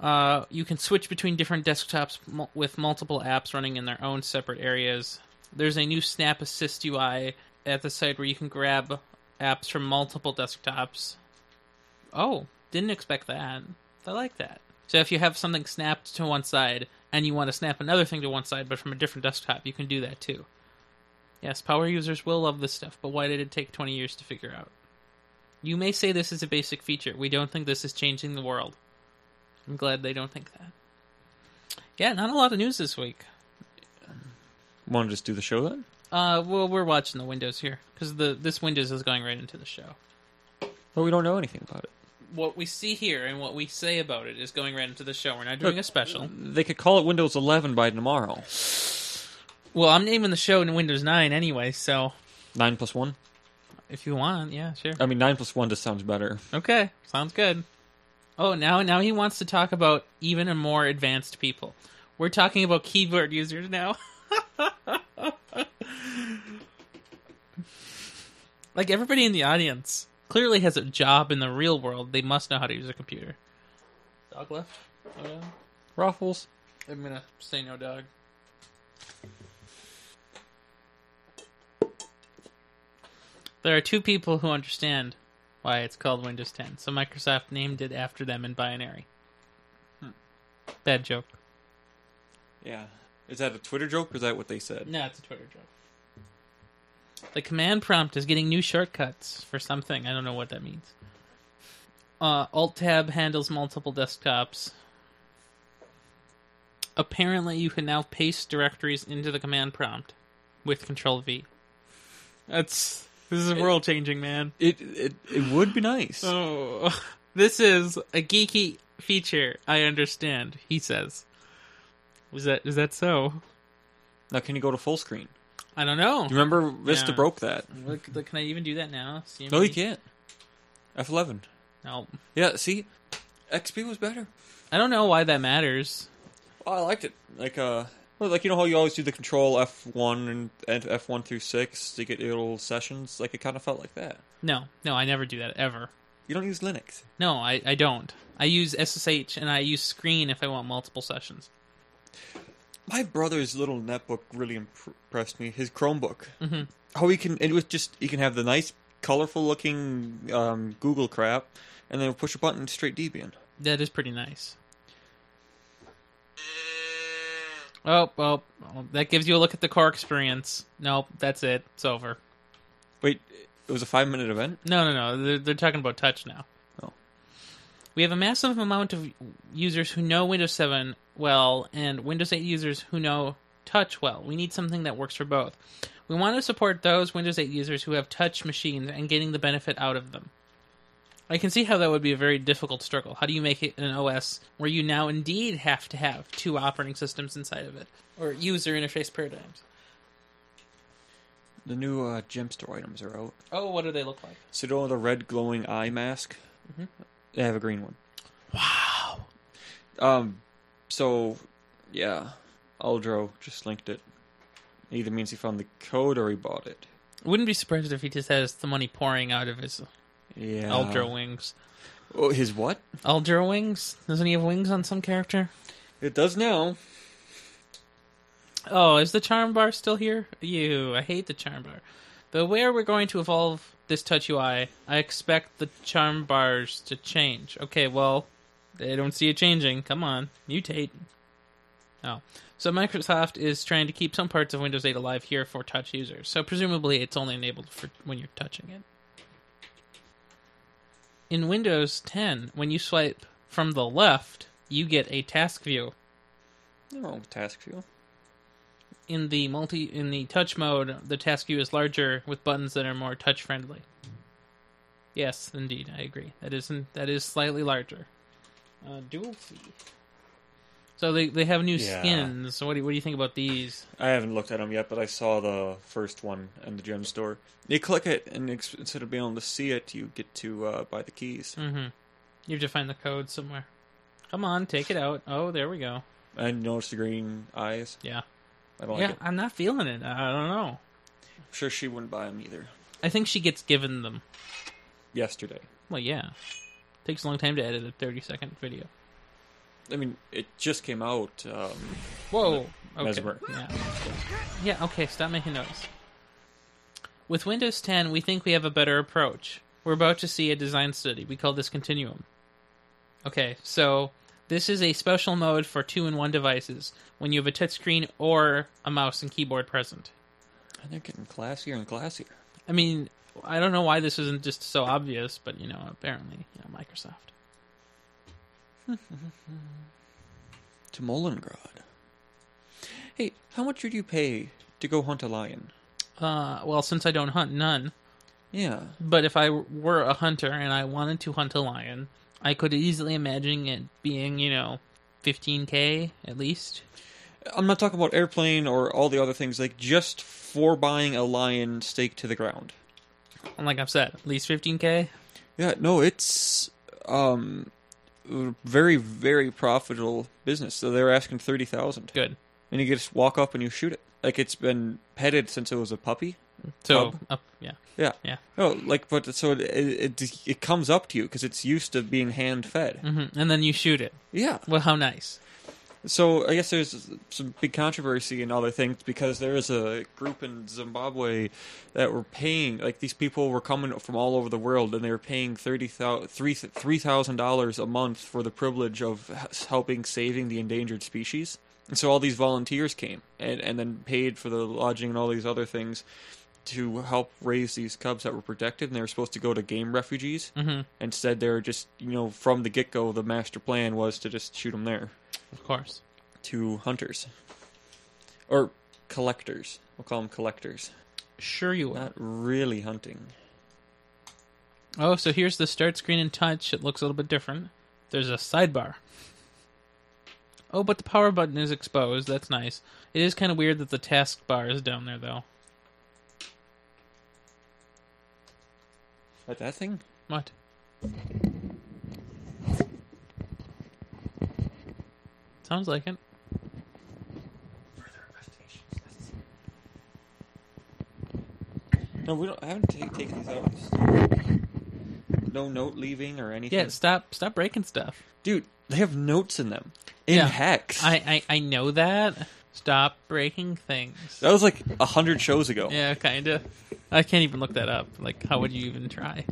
S1: Uh, you can switch between different desktops mul- with multiple apps running in their own separate areas. There's a new Snap Assist UI at the site where you can grab apps from multiple desktops. Oh, didn't expect that. I like that. So if you have something snapped to one side and you want to snap another thing to one side but from a different desktop, you can do that too. Yes, power users will love this stuff, but why did it take 20 years to figure out? You may say this is a basic feature. We don't think this is changing the world. I'm glad they don't think that. Yeah, not a lot of news this week.
S2: Want to just do the show then?
S1: Uh, well, we're watching the windows here because the this windows is going right into the show.
S2: But we don't know anything about it.
S1: What we see here and what we say about it is going right into the show. We're not doing a special.
S2: They could call it Windows 11 by tomorrow.
S1: Well, I'm naming the show in Windows 9 anyway, so
S2: Nine plus one.
S1: if you want, yeah, sure.
S2: I mean, nine plus one just sounds better.
S1: Okay, sounds good. Oh, now now he wants to talk about even a more advanced people. We're talking about keyboard users now. like everybody in the audience clearly has a job in the real world. They must know how to use a computer. Dog left. Oh, yeah.
S2: Ruffles.
S1: I'm gonna say no dog. There are two people who understand why it's called Windows 10, so Microsoft named it after them in binary. Hmm. Bad joke.
S2: Yeah. Is that a Twitter joke or is that what they said?
S1: No, it's a Twitter joke. The command prompt is getting new shortcuts for something. I don't know what that means. Uh, Alt tab handles multiple desktops. Apparently, you can now paste directories into the command prompt with Control V. That's this is world changing, man.
S2: It, it it would be nice.
S1: Oh, this is a geeky feature. I understand. He says, "Was that is that so?
S2: now, can you go to full screen?
S1: I don't know."
S2: You remember Vista
S1: Yeah.
S2: broke that?
S1: Look, look, can I even do that now? CMD?
S2: No, you can't. F11.
S1: No,
S2: Yeah, see? XP was better.
S1: I don't know why that matters.
S2: Oh, I liked it. Like uh, well, like you know how you always do the control F one and, and F one through six to get your little sessions. Like it kind of felt like that.
S1: No, no, I never do that ever.
S2: You don't use Linux.
S1: No, I, I don't. I use SSH and I use Screen if I want multiple sessions.
S2: My brother's little netbook really imp- impressed me. His Chromebook. Mm-hmm. How he can it was just he can have the nice, colorful looking um, Google crap, and then push a button straight Debian.
S1: That is pretty nice. Oh, well, that gives you a look at the core experience. Nope, that's it. It's over.
S2: Wait, it was a five minute event.
S1: No, no, no. They're, they're talking about touch now.
S2: Oh.
S1: We have a massive amount of users who know Windows 7 well and Windows 8 users who know touch well. We need something that works for both. We want to support those Windows 8 users who have touch machines and getting the benefit out of them. I can see how that would be a very difficult struggle. How do you make it an OS where you now indeed have to have two operating systems inside of it or user interface paradigms?
S2: The new uh, Gemstore items are out.
S1: Oh, what do they look like?
S2: So you know the red glowing eye mask. They have a green one.
S1: Mm-hmm. Wow.
S2: Um, so yeah, Aldro just linked it. Either means he found the code or he bought it.
S1: Wouldn't be surprised if he just has the money pouring out of his
S2: Yeah,
S1: Aldro wings.
S2: Oh, his what?
S1: Aldro wings? Doesn't he have wings on some character?
S2: It does now.
S1: Oh, is the charm bar still here? You, I hate the charm bar. The way we're going to evolve this touch UI, I expect the charm bars to change. Okay, well, they don't see it changing. Come on, mutate. Oh, so Microsoft is trying to keep some parts of Windows 8 alive here for touch users. So presumably, it's only enabled for when you're touching it. In Windows 10, when you swipe from the left, you get a task view
S2: Nothing wrong with task view.
S1: in the multi in the touch mode, the task view is larger with buttons that are more touch friendly. Yes, indeed, I agree. That isn't that is slightly larger. Uh, dual feed. So they they have new
S2: Yeah.
S1: skins. So what do you, what do you think about these?
S2: I haven't looked at them yet, but I saw the first one in the gem store. You click it, and ex- instead of being able to see it, you get to uh, buy the keys.
S1: Mm-hmm. You have to find the code somewhere. Come on, take it out. Oh, there we go.
S2: I noticed the green eyes.
S1: Yeah,
S2: I don't
S1: yeah.
S2: like it.
S1: I'm not feeling it. I don't know.
S2: I'm sure she wouldn't buy them either.
S1: I think she gets given them.
S2: Yesterday.
S1: Well, yeah. Takes a long time to edit a 30 second video.
S2: I mean, it just came out. Um,
S1: Whoa. Okay.
S2: Mesmer.
S1: Yeah. yeah, okay, stop making noise. With Windows 10, we think we have a better approach. We're about to see a design study. We call this Continuum. Okay, so this is a special mode for two in one devices when you have a touchscreen or a mouse and keyboard present.
S2: and they're getting classier and classier.
S1: I mean, I don't know why this isn't just so obvious, but you know, apparently, you know, Microsoft.
S2: to Molengrad. Hey, how much would you pay to go hunt a lion?
S1: Uh, well, since I don't hunt, none.
S2: Yeah.
S1: But if I were a hunter and I wanted to hunt a lion, I could easily imagine it being, you know, 15k at least.
S2: I'm not talking about airplane or all the other things. Like just for buying a lion stake to the ground.
S1: And like I've said, at least 15k.
S2: Yeah. No, it's um very very profitable business. So they're asking thirty thousand,
S1: Good.
S2: and you just walk up and you shoot it. Like it's been petted since it was a puppy.
S1: So,
S2: Pub.
S1: up, yeah.
S2: Yeah.
S1: Yeah.
S2: No, like, but so it it, it, it comes up to you because it's used to being hand fed.
S1: hmm And then you shoot it.
S2: Yeah.
S1: Well, how nice.
S2: So I guess there's some big controversy and other things because there is a group in Zimbabwe that were paying like these people were coming from all over the world and they were paying thirty thousand three three thousand dollars a month for the privilege of h- helping saving the endangered species. And so all these volunteers came and and then paid for the lodging and all these other things to help raise these cubs that were protected and they were supposed to go to game refugees.
S1: hmm
S2: Instead, they're just you know from the get go the master plan was to just shoot them there
S1: Of course.
S2: to hunters or collectors. We'll call them collectors.
S1: Sure you will.
S2: Not really hunting.
S1: Oh, so here's the start screen in touch. It looks a little bit different. There's a sidebar. Oh, but the power button is exposed. That's nice. It is kind of weird that the task bar is down there, though.
S2: Like that thing?
S1: What? Sounds like it.
S2: No, we don't. I haven't ta- taken these out. Just- No note leaving or anything.
S1: Yeah, stop, stop breaking stuff.
S2: dude, they have notes in them in
S1: Yeah.
S2: hex.
S1: I, I, I know that. Stop breaking things.
S2: that was like a hundred shows ago.
S1: Yeah, kinda. I can't even look that up. Like, how would you even try?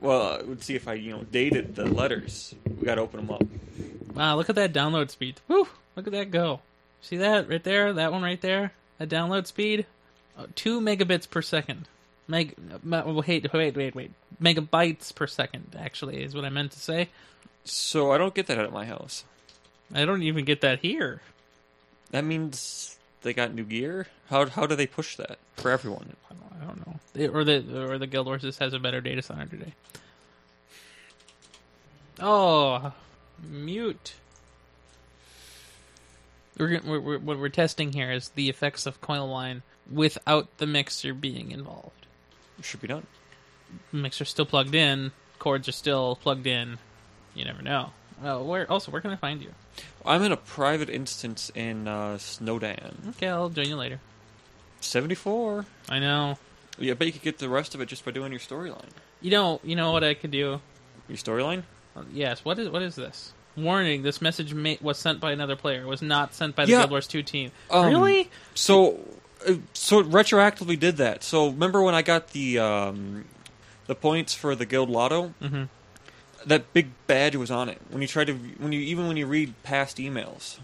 S2: Well, I would see if I you know dated the letters. We got to open them up.
S1: Wow, Ah, look at that download speed. Woo! Look at that go. See that right there? That one right there? That download speed? Uh, two megabits per second. Meg. me- Wait, wait, wait, wait. Megabytes per second, actually, is what I meant to say.
S2: So I don't get that at my house.
S1: I don't even get that here.
S2: That means they got new gear. How how do they push that for everyone?
S1: I don't, I don't know. They- or the or the Guild Wars just has a better data center today. Oh, mute. We're, gonna- we're, we're what we're testing here is the effects of coil wine without the mixer being involved.
S2: Should be done.
S1: Mixer's still plugged in. Cords are still plugged in. You never know. Oh, where also where can I find you?
S2: I'm in a private instance in uh, Snowdon.
S1: Okay, I'll join you later.
S2: 74.
S1: I know.
S2: Yeah, I bet you could get the rest of it just by doing your storyline.
S1: You know. You know what I could do.
S2: Your storyline?
S1: Yes. What is what is this? Warning: This message ma- was sent by another player. Was not sent by the
S2: Yeah.
S1: Guild Wars Two team.
S2: Um,
S1: really?
S2: So, uh, so it retroactively did that. So remember when I got the um, the points for the Guild Lotto?
S1: Mhm.
S2: That big badge was on it. When you try to, when you even when you read past emails,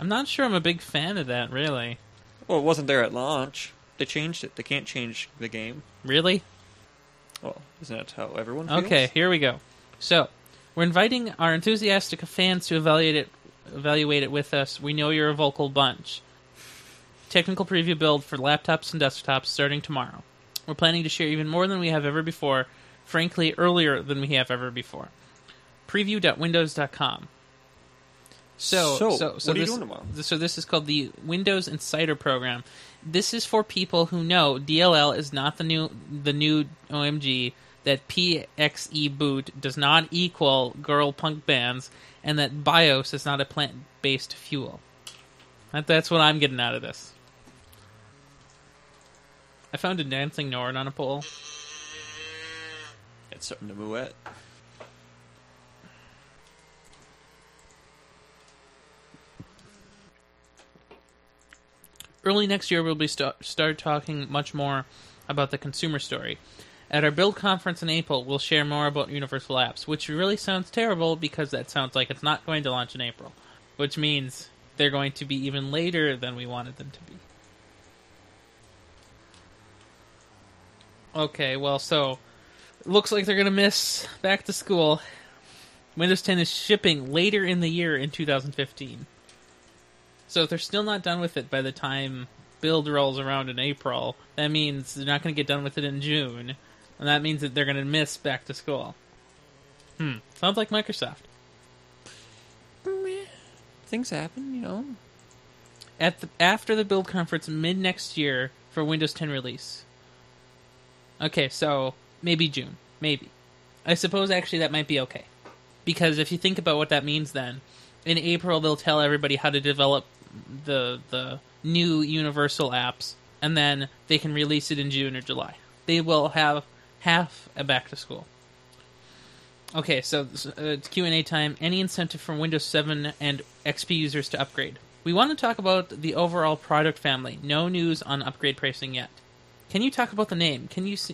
S1: I'm not sure. I'm a big fan of that. Really?
S2: well, it wasn't there at launch. They changed it. They can't change the game.
S1: Really?
S2: Well, isn't that how everyone? Feels?
S1: Okay. Here we go. So, we're inviting our enthusiastic fans to evaluate it. Evaluate it with us. We know you're a vocal bunch. Technical preview build for laptops and desktops starting tomorrow. We're planning to share even more than we have ever before. Frankly, earlier than we have ever before. Preview.windows.com. So, so,
S2: So,
S1: so,
S2: what are you
S1: this,
S2: doing tomorrow?
S1: th- So this is called the Windows Insider Program. This is for people who know DLL is not the new the new OMG. That PXE boot does not equal girl punk bands, and that BIOS is not a plant based fuel. That, that's what I'm getting out of this. I found a dancing Nord on a pole.
S2: It's something to move at.
S1: early next year we'll be sta start talking much more about the consumer story at our build conference in april we'll share more about universal apps which really sounds terrible because that sounds like it's not going to launch in april which means they're going to be even later than we wanted them to be okay well so looks like they're going to miss back to school windows 10 is shipping later in the year in 2015 so if they're still not done with it by the time build rolls around in April, that means they're not going to get done with it in June, and that means that they're going to miss back to school. Hmm. Sounds like Microsoft.
S2: Mm, Things happen, you know.
S1: At the, after the build conference mid next year for Windows 10 release. Okay, so maybe June, maybe. I suppose actually that might be okay, because if you think about what that means, then in April they'll tell everybody how to develop the the new universal apps, and then they can release it in June or July. They will have half a back to school. Okay, so so, uh, it's Q and A time. Any incentive for Windows 7 and XP users to upgrade? We want to talk about the overall product family. No news on upgrade pricing yet. Can you talk about the name? Can you? s-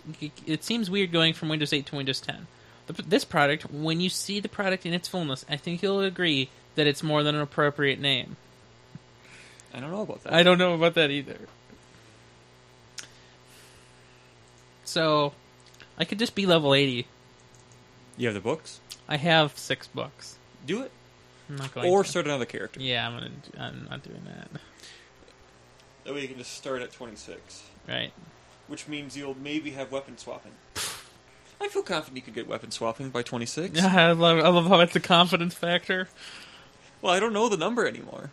S1: It seems weird going from Windows 8 to Windows 10. The- This product, when you see the product in its fullness, I think you'll agree that it's more than an appropriate name.
S2: I don't know about that.
S1: I don't know about that either. So, I could just be level 80.
S2: You have the books.
S1: I have six books.
S2: Do it,
S1: I'm not going
S2: or
S1: to.
S2: start another character.
S1: Yeah, I'm gonna. I'm not doing that.
S2: That way you can just start at twenty six,
S1: Right.
S2: which means you'll maybe have weapon swapping. I feel confident you could get weapon swapping by twenty six.
S1: I love. I love how it's a confidence factor.
S2: Well, I don't know the number anymore.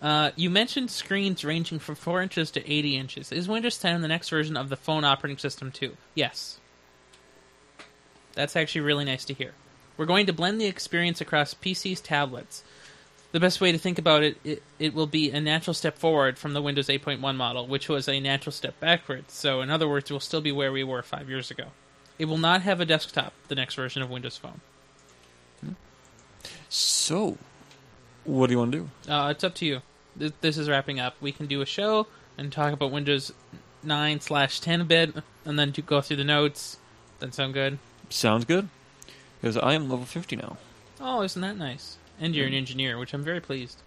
S1: Uh, you mentioned screens ranging from four inches to eighty inches. Is Windows 10 the next version of the phone operating system too? Yes. That's actually really nice to hear. We're going to blend the experience across PCs, tablets. The best way to think about it, it, it will be a natural step forward from the Windows 8.1 model, which was a natural step backwards. So, in other words, we'll still be where we were five years ago. It will not have a desktop, the next version of Windows Phone.
S2: So, what do you want to do?
S1: Uh, it's up to you. Th- This is wrapping up. We can do a show and talk about Windows 9 slash 10 a bit, and then to go through the notes. That sound good?
S2: Sounds good. Because I am level fifty now.
S1: Oh, isn't that nice? And you're an engineer, which I'm very pleased.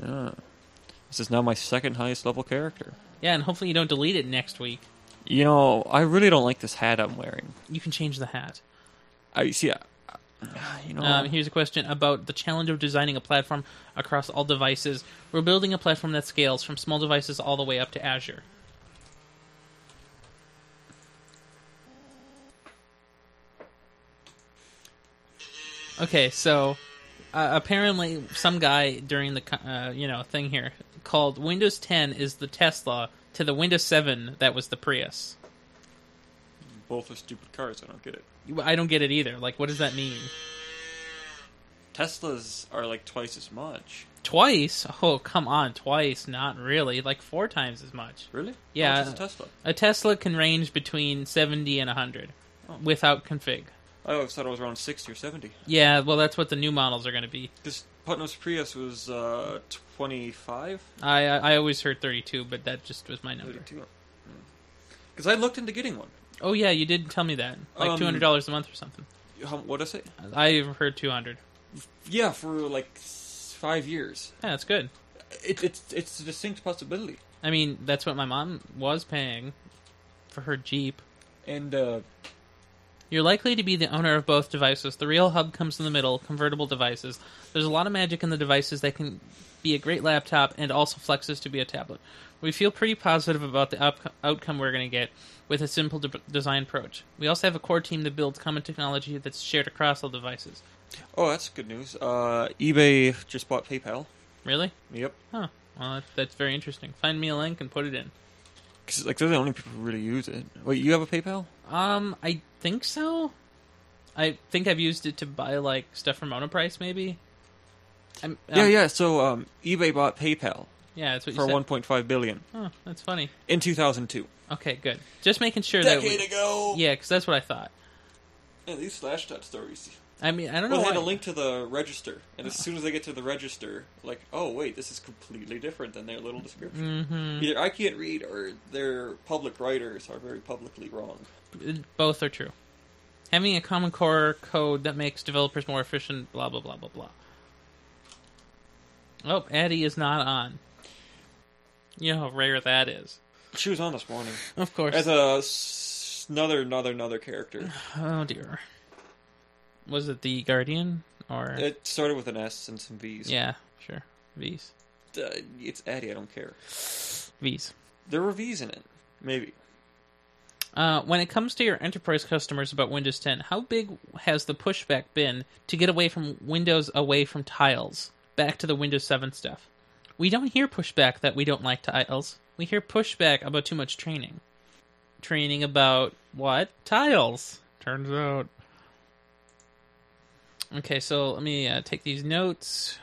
S2: Yeah. This is now my second highest level character.
S1: Yeah, and hopefully you don't delete it next week.
S2: You know, I really don't like this hat I'm wearing.
S1: You can change the hat.
S2: I see. I, I- you know,
S1: Um, here's a question about the challenge of designing a platform across all devices. We're building a platform that scales from small devices all the way up to Azure. Okay, so uh, apparently some guy during the co- uh, you know thing here called Windows 10 is the Tesla to the Windows 7 that was the Prius.
S2: both are stupid cars. I don't get it.
S1: I don't get it either. Like, what does that mean?
S2: Teslas are like twice as much.
S1: Twice? Oh, come on, twice? Not really. Like four times as much.
S2: Really?
S1: Yeah.
S2: How much is a Oh, Tesla?
S1: A Tesla can range between 70 and 100 without config.
S2: I always thought it was around sixty or seventy.
S1: Yeah, well, that's what the new models are going to be.
S2: Because Putnam's Prius was uh, twenty-five,
S1: I I I always heard 32, but that just was my number.
S2: thirty-two. Because I looked into getting one.
S1: Oh yeah, you did tell me that.
S2: Um,
S1: Like $200 a month or something.
S2: How, what is it?
S1: I heard 200.
S2: Yeah, for like s- five years.
S1: Yeah, that's good.
S2: It, it's it's a distinct possibility.
S1: I mean, that's what my mom was paying for her Jeep.
S2: And uh,
S1: You're likely to be the owner of both devices. The real hub comes in the middle, convertible devices. There's a lot of magic in the devices that can be a great laptop and also flexes to be a tablet. We feel pretty positive about the up- outcome we're going to get with a simple de- design approach. We also have a core team that builds common technology that's shared across all devices.
S2: oh, that's good news. Uh, eBay just bought PayPal.
S1: Really?
S2: Yep.
S1: Huh. Well, that- that's very interesting. Find me a link and put it in.
S2: Because like they're the only people who really use it. Wait, you have a PayPal?
S1: Um, I think so. I think I've used it to buy like stuff from Monoprice, maybe. I'm, um,
S2: yeah, yeah. So um, eBay bought PayPal
S1: yeah. That's what you
S2: for
S1: said.
S2: 1.5 billion
S1: Oh, that's funny.
S2: in 2002.
S1: Okay, good. Just making sure that we,
S2: Decade ago.
S1: yeah, because that's what I thought.
S2: Yeah, these Slashdot stories.
S1: I mean, I Ah.
S2: Well,
S1: don't know
S2: they
S1: why.
S2: had a link to the register, and as soon as they get to the register, like, oh wait, this is completely different than their little description.
S1: hmm
S2: Either I can't read, or their public writers are very publicly wrong.
S1: Both are true. Having a common core code that makes developers more efficient. Blah blah blah blah blah. Oh, Addie is not on. You know how rare that is.
S2: She was on this morning
S1: Of course.
S2: as a s- another, another, another character.
S1: oh dear. Was it the Guardian or?
S2: It started with an S and some V's.
S1: yeah, sure. V's.
S2: Uh, it's Addie. I don't care.
S3: V's.
S2: There were V's in it. Maybe.
S3: Uh, when it comes to your enterprise customers about Windows 10, how big has the pushback been to get away from Windows away from tiles, back to the Windows 7 stuff? We don't hear pushback that we don't like tiles. We hear pushback about too much training. Training about what? Tiles. Turns out. Okay, so let me uh, take these notes.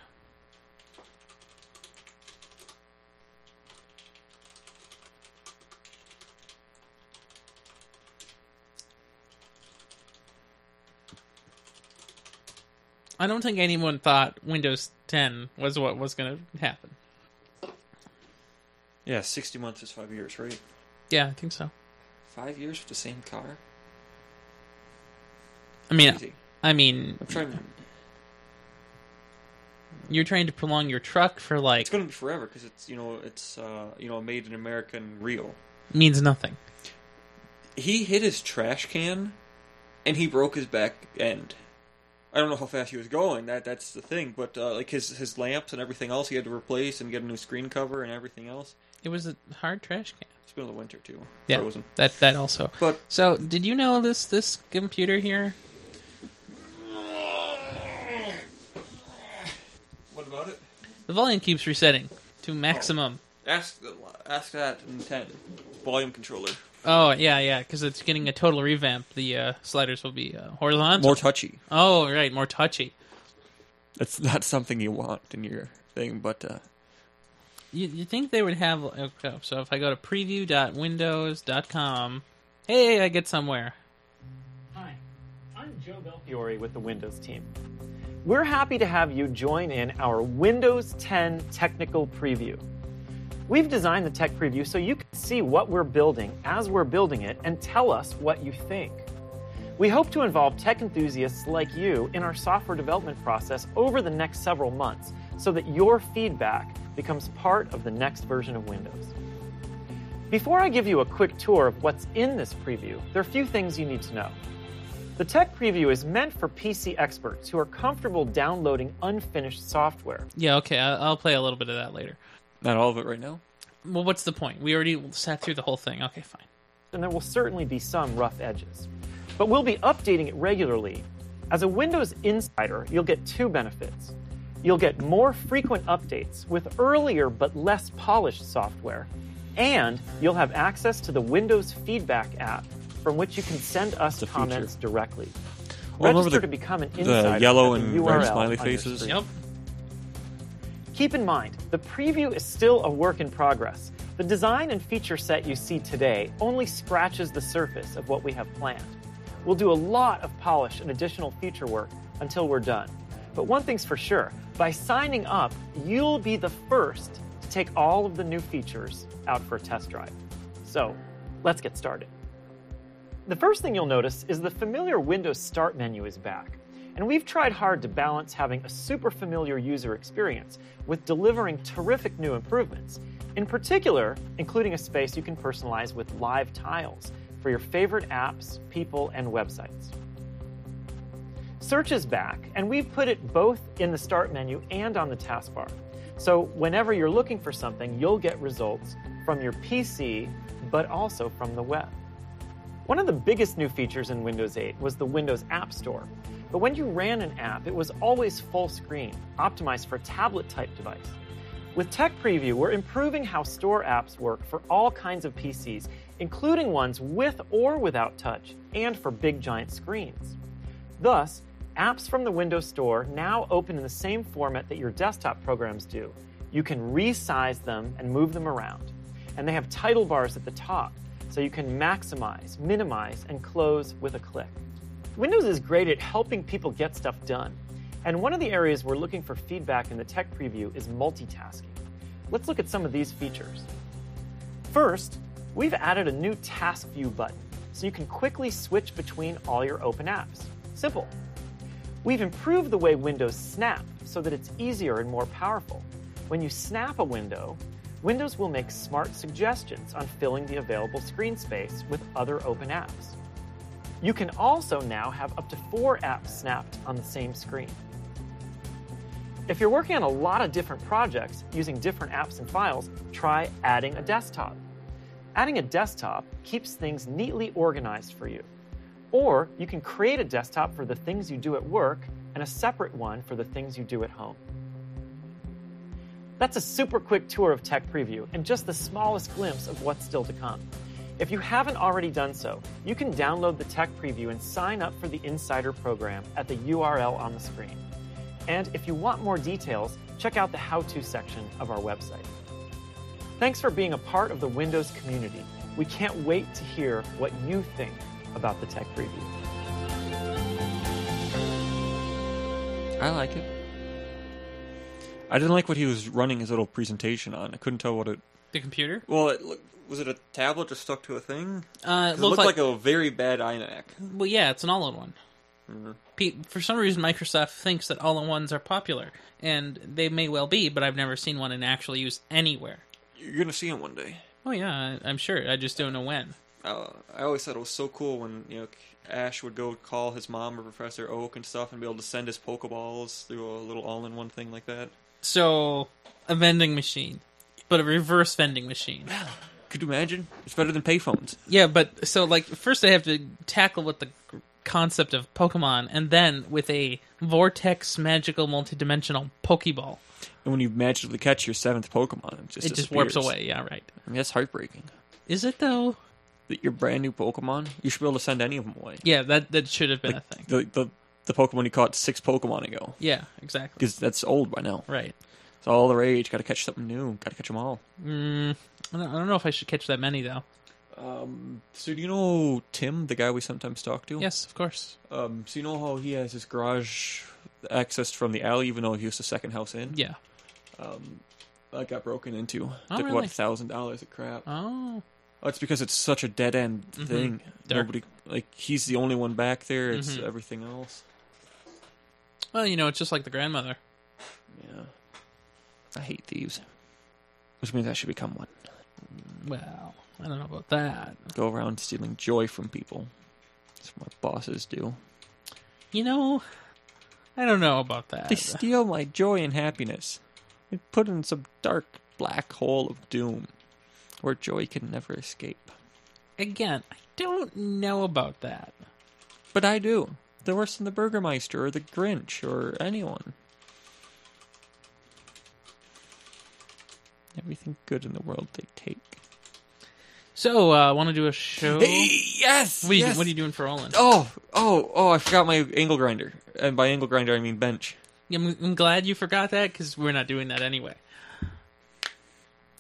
S3: I don't think anyone thought Windows 10 was what was going to happen.
S2: Yeah, 60 months is five years, right?
S3: Yeah, I think so.
S2: Five years with the same car?
S3: I mean,
S2: Crazy.
S3: I mean,
S2: I'm trying to.
S3: you're trying to prolong your truck for like
S2: It's going to be forever because it's, you know, it's, uh, you know, made in America and real.
S3: means nothing.
S2: He hit his trash can and he broke his back end. I don't know how fast he was going. That that's the thing, but uh, like his his lamps and everything else, he had to replace and get a new screen cover and everything else.
S3: It was a hard trash can.
S2: It's been the winter too,
S3: Yeah,
S2: frozen.
S3: that that also.
S2: But
S3: So, did you know this this computer here?
S2: what about it?
S3: The volume keeps resetting to maximum.
S2: Ask ask that in ten. Volume controller.
S3: Oh, yeah, yeah, because it's getting a total revamp. The uh, sliders will be uh, horizontal.
S2: More touchy.
S3: oh, right, more touchy.
S2: That's not something you want in your thing, but uh,
S3: You you think they would have? Okay, so if I go to preview.windows.com, hey, I get somewhere.
S4: Hi, I'm Joe Belfiore with the Windows team. We're happy to have you join in our Windows 10 technical preview. We've designed the tech preview so you can see what we're building as we're building it and tell us what you think. We hope to involve tech enthusiasts like you in our software development process over the next several months so that your feedback becomes part of the next version of Windows. Before I give you a quick tour of what's in this preview, there are a few things you need to know. The tech preview is meant for PC experts who are comfortable downloading unfinished software.
S3: Yeah, okay, I- I'll play a little bit of that later.
S2: not all of it right now.
S3: Well, what's the point? We already sat through the whole thing. Okay, fine.
S4: and there will certainly be some rough edges. But we'll be updating it regularly. As a Windows insider, you'll get two benefits. You'll get more frequent updates with earlier but less polished software, and you'll have access to the Windows Feedback app from which you can send us
S2: a feature.
S4: comments directly.
S2: Well, remember
S4: Register
S2: the-
S4: to become an
S2: the
S4: insider. at
S2: yellow
S4: the
S2: and red
S4: URL
S2: smiley
S4: on your
S2: faces?
S4: screen.
S3: Yep.
S4: Keep in mind, the preview is still a work in progress. The design and feature set you see today only scratches the surface of what we have planned. We'll do a lot of polish and additional feature work until we're done. But one thing's for sure by signing up, you'll be the first to take all of the new features out for a test drive. So let's get started. The first thing you'll notice is the familiar Windows Start menu is back. And we've tried hard to balance having a super familiar user experience with delivering terrific new improvements, in particular, including a space you can personalize with live tiles for your favorite apps, people, and websites. Search is back, and we've put it both in the Start menu and on the taskbar. So whenever you're looking for something, you'll get results from your PC, but also from the web. One of the biggest new features in Windows 8 was the Windows App Store. But when you ran an app, it was always full screen, optimized for a tablet type device. With Tech Preview, we're improving how store apps work for all kinds of PCs, including ones with or without touch, and for big giant screens. Thus, apps from the Windows Store now open in the same format that your desktop programs do. You can resize them and move them around. And they have title bars at the top, so you can maximize, minimize, and close with a click. Windows is great at helping people get stuff done. And one of the areas we're looking for feedback in the tech preview is multitasking. Let's look at some of these features. First, we've added a new task view button so you can quickly switch between all your open apps. Simple. We've improved the way Windows snap so that it's easier and more powerful. When you snap a window, Windows will make smart suggestions on filling the available screen space with other open apps. You can also now have up to four apps snapped on the same screen. If you're working on a lot of different projects using different apps and files, try adding a desktop. Adding a desktop keeps things neatly organized for you. Or you can create a desktop for the things you do at work and a separate one for the things you do at home. That's a super quick tour of Tech Preview and just the smallest glimpse of what's still to come. If you haven't already done so, you can download the Tech Preview and sign up for the Insider program at the URL on the screen. And if you want more details, check out the how to section of our website. Thanks for being a part of the Windows community. We can't wait to hear what you think about the Tech Preview.
S2: I like it. I didn't like what he was running his little presentation on. I couldn't tell what it.
S3: The computer?
S2: Well, it look, was it a tablet just stuck to a thing?
S3: Uh,
S2: 'Cause
S3: it looked
S2: It looked
S3: like,
S2: like, a very bad iMac.
S3: well, yeah, it's an all-in one. Pe- For some reason, Microsoft thinks that all-in-ones are popular, and they may well be, but I've never seen one in actual use anywhere.
S2: You're gonna see him one day.
S3: Oh yeah, I- I'm sure. I just don't know when.
S2: Uh, I always thought it was so cool when you know Ash would go call his mom or Professor Oak and stuff, and be able to send his Pokeballs through a little all-in-one thing like that.
S3: So, a vending machine, but a reverse vending machine.
S2: Could you imagine? It's better than payphones.
S3: Yeah, but so like first I have to tackle with the g- concept of Pokemon, and then with a vortex magical multidimensional Pokeball,
S2: And when you magically catch your seventh Pokemon, it just
S3: it just warps
S2: disappears.
S3: away. Yeah, right.
S2: I mean, that's heartbreaking.
S3: Is it though?
S2: That your brand new Pokemon, you should be able to send any of them away.
S3: Yeah, that that should have been a thing.
S2: The the the Pokemon you caught six Pokemon ago,
S3: Yeah, exactly.
S2: because that's old by now.
S3: Right.
S2: It's all the rage. Got to catch something new. Got to catch them all.
S3: I don't, I don't know if I should catch that many though.
S2: So do you know Tim, the guy we sometimes talk to?
S3: Yes, of course.
S2: Um, so you know how he has his garage accessed from the alley, even though he was the second house in.
S3: Yeah.
S2: That got broken into.
S3: Oh,
S2: Took
S3: really?
S2: what thousand dollars of crap.
S3: Oh.
S2: Oh, it's because it's such a dead end thing.
S3: Dark.
S2: Nobody like he's the only one back there. It's everything else.
S3: Well, you know, it's just like the grandmother.
S2: Yeah, I hate thieves. Which means I should become one.
S3: Well, I don't know about that.
S2: Go around stealing joy from people. That's what bosses do.
S3: You know, I don't know about that.
S2: They steal my joy and happiness. They put in some dark black hole of doom, where joy can never escape.
S3: Again, I don't know about that.
S2: But I do. They're worse than the Burgermeister or the Grinch or anyone. Everything good in the world they take.
S3: So, uh, want to do a show?
S2: yes!
S3: what, are you, what are you doing for Olin?
S2: Oh, oh, oh, I forgot my angle grinder. And by angle grinder, I mean bench.
S3: I'm, I'm glad you forgot that because we're not doing that anyway.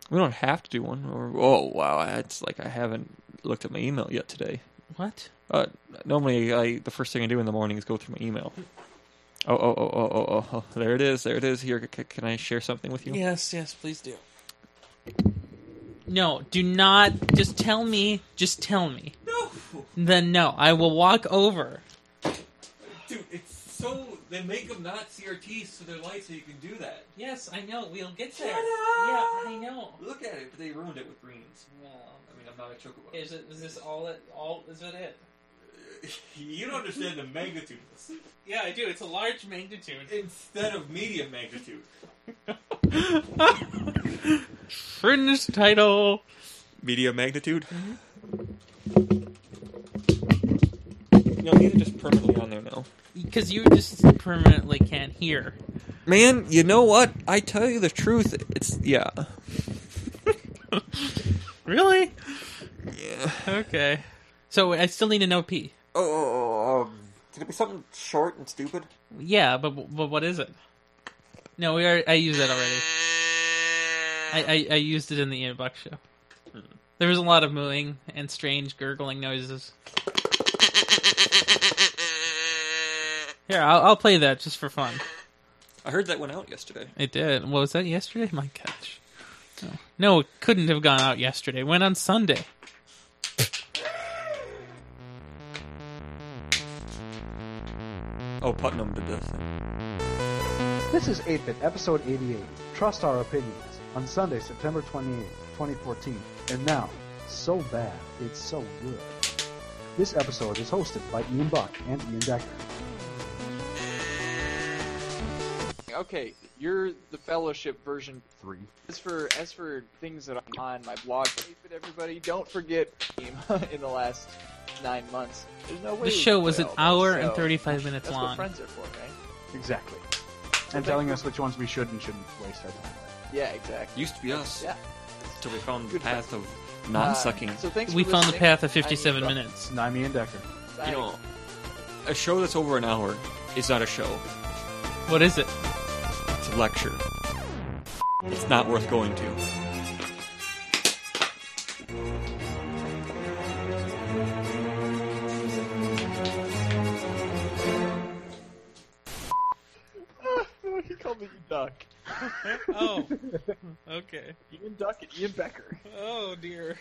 S2: We don't have to do one. Or, oh, wow. It's like I haven't looked at my email yet today.
S3: What?
S2: Uh, normally, I the first thing I do in the morning is go through my email. Oh, oh, oh, oh, oh, oh, oh. There it is. There it is. Here, c- can I share something with you?
S1: Yes, yes, please do.
S3: No, do not. Just tell me. Just tell me. No. Then no, I will walk over.
S2: Dude, it's so they make them not CRTs so they're light, so you can do that.
S3: Yes, I know. We'll get there.
S2: Shut up!
S3: Yeah, I know.
S2: Look at it, but they ruined it with greens. I mean, I'm not a chocobo.
S3: Is it? Is this all? It all? Is it it?
S2: you don't understand the magnitude of this.
S3: Yeah, I do. It's a large magnitude.
S2: Instead of medium magnitude,
S3: Fringe title.
S2: medium magnitude. Mm-hmm. No, these are just permanently on there now.
S3: Because you just permanently can't hear.
S2: Man, you know what? I tell you the truth. It's yeah.
S3: Really?
S2: Yeah.
S3: Okay. So I still need an OP.
S2: Oh, um, can it be something short and stupid?
S3: Yeah, but but what is it? No, we are. I used that already. I, I I used it in the Ian Buck show. There was a lot of mooing and strange gurgling noises. Here, I'll, I'll play that just for fun.
S2: I heard that went out yesterday.
S3: It did. What was that yesterday? My gosh. No, it couldn't have gone out yesterday. It went on Sunday.
S2: Oh, Putnam did this. Thing.
S5: This is 8-Bit, Episode 88, Trust Our Opinions, on Sunday, September 28, 2014. And now, so bad, it's so good. This episode is hosted by Ian Buck and Ian Decker.
S6: okay, you're the Fellowship version three. As for as for things that I'm on my blog, but everybody, don't forget in the last nine months. There's no way
S3: This
S6: we
S3: show
S6: can
S3: was
S6: play
S3: an
S6: all those,
S3: hour and
S6: so
S3: 35 minutes
S6: That's what
S3: long.
S6: friends are for, right?
S7: Exactly. And telling us which ones we should and shouldn't waste our time. with.
S6: Yeah, exactly.
S2: Used to be us.
S6: Yeah.
S2: Till we found the
S6: Good
S2: path
S6: friend.
S2: of not
S6: Uh,
S2: sucking.
S6: So thanks
S3: We
S6: for
S3: found the
S6: listening.
S3: path of
S6: I need
S3: 57
S6: to-
S3: minutes.
S7: It's Naimi and Decker.
S6: Thanks.
S2: You know, a show that's over an hour is not a show.
S3: What is it?
S2: It's a lecture. It's not worth going to.
S6: he called me Duck.
S3: Oh. okay.
S6: Ian Duck and Ian Becker.
S3: Oh, dear.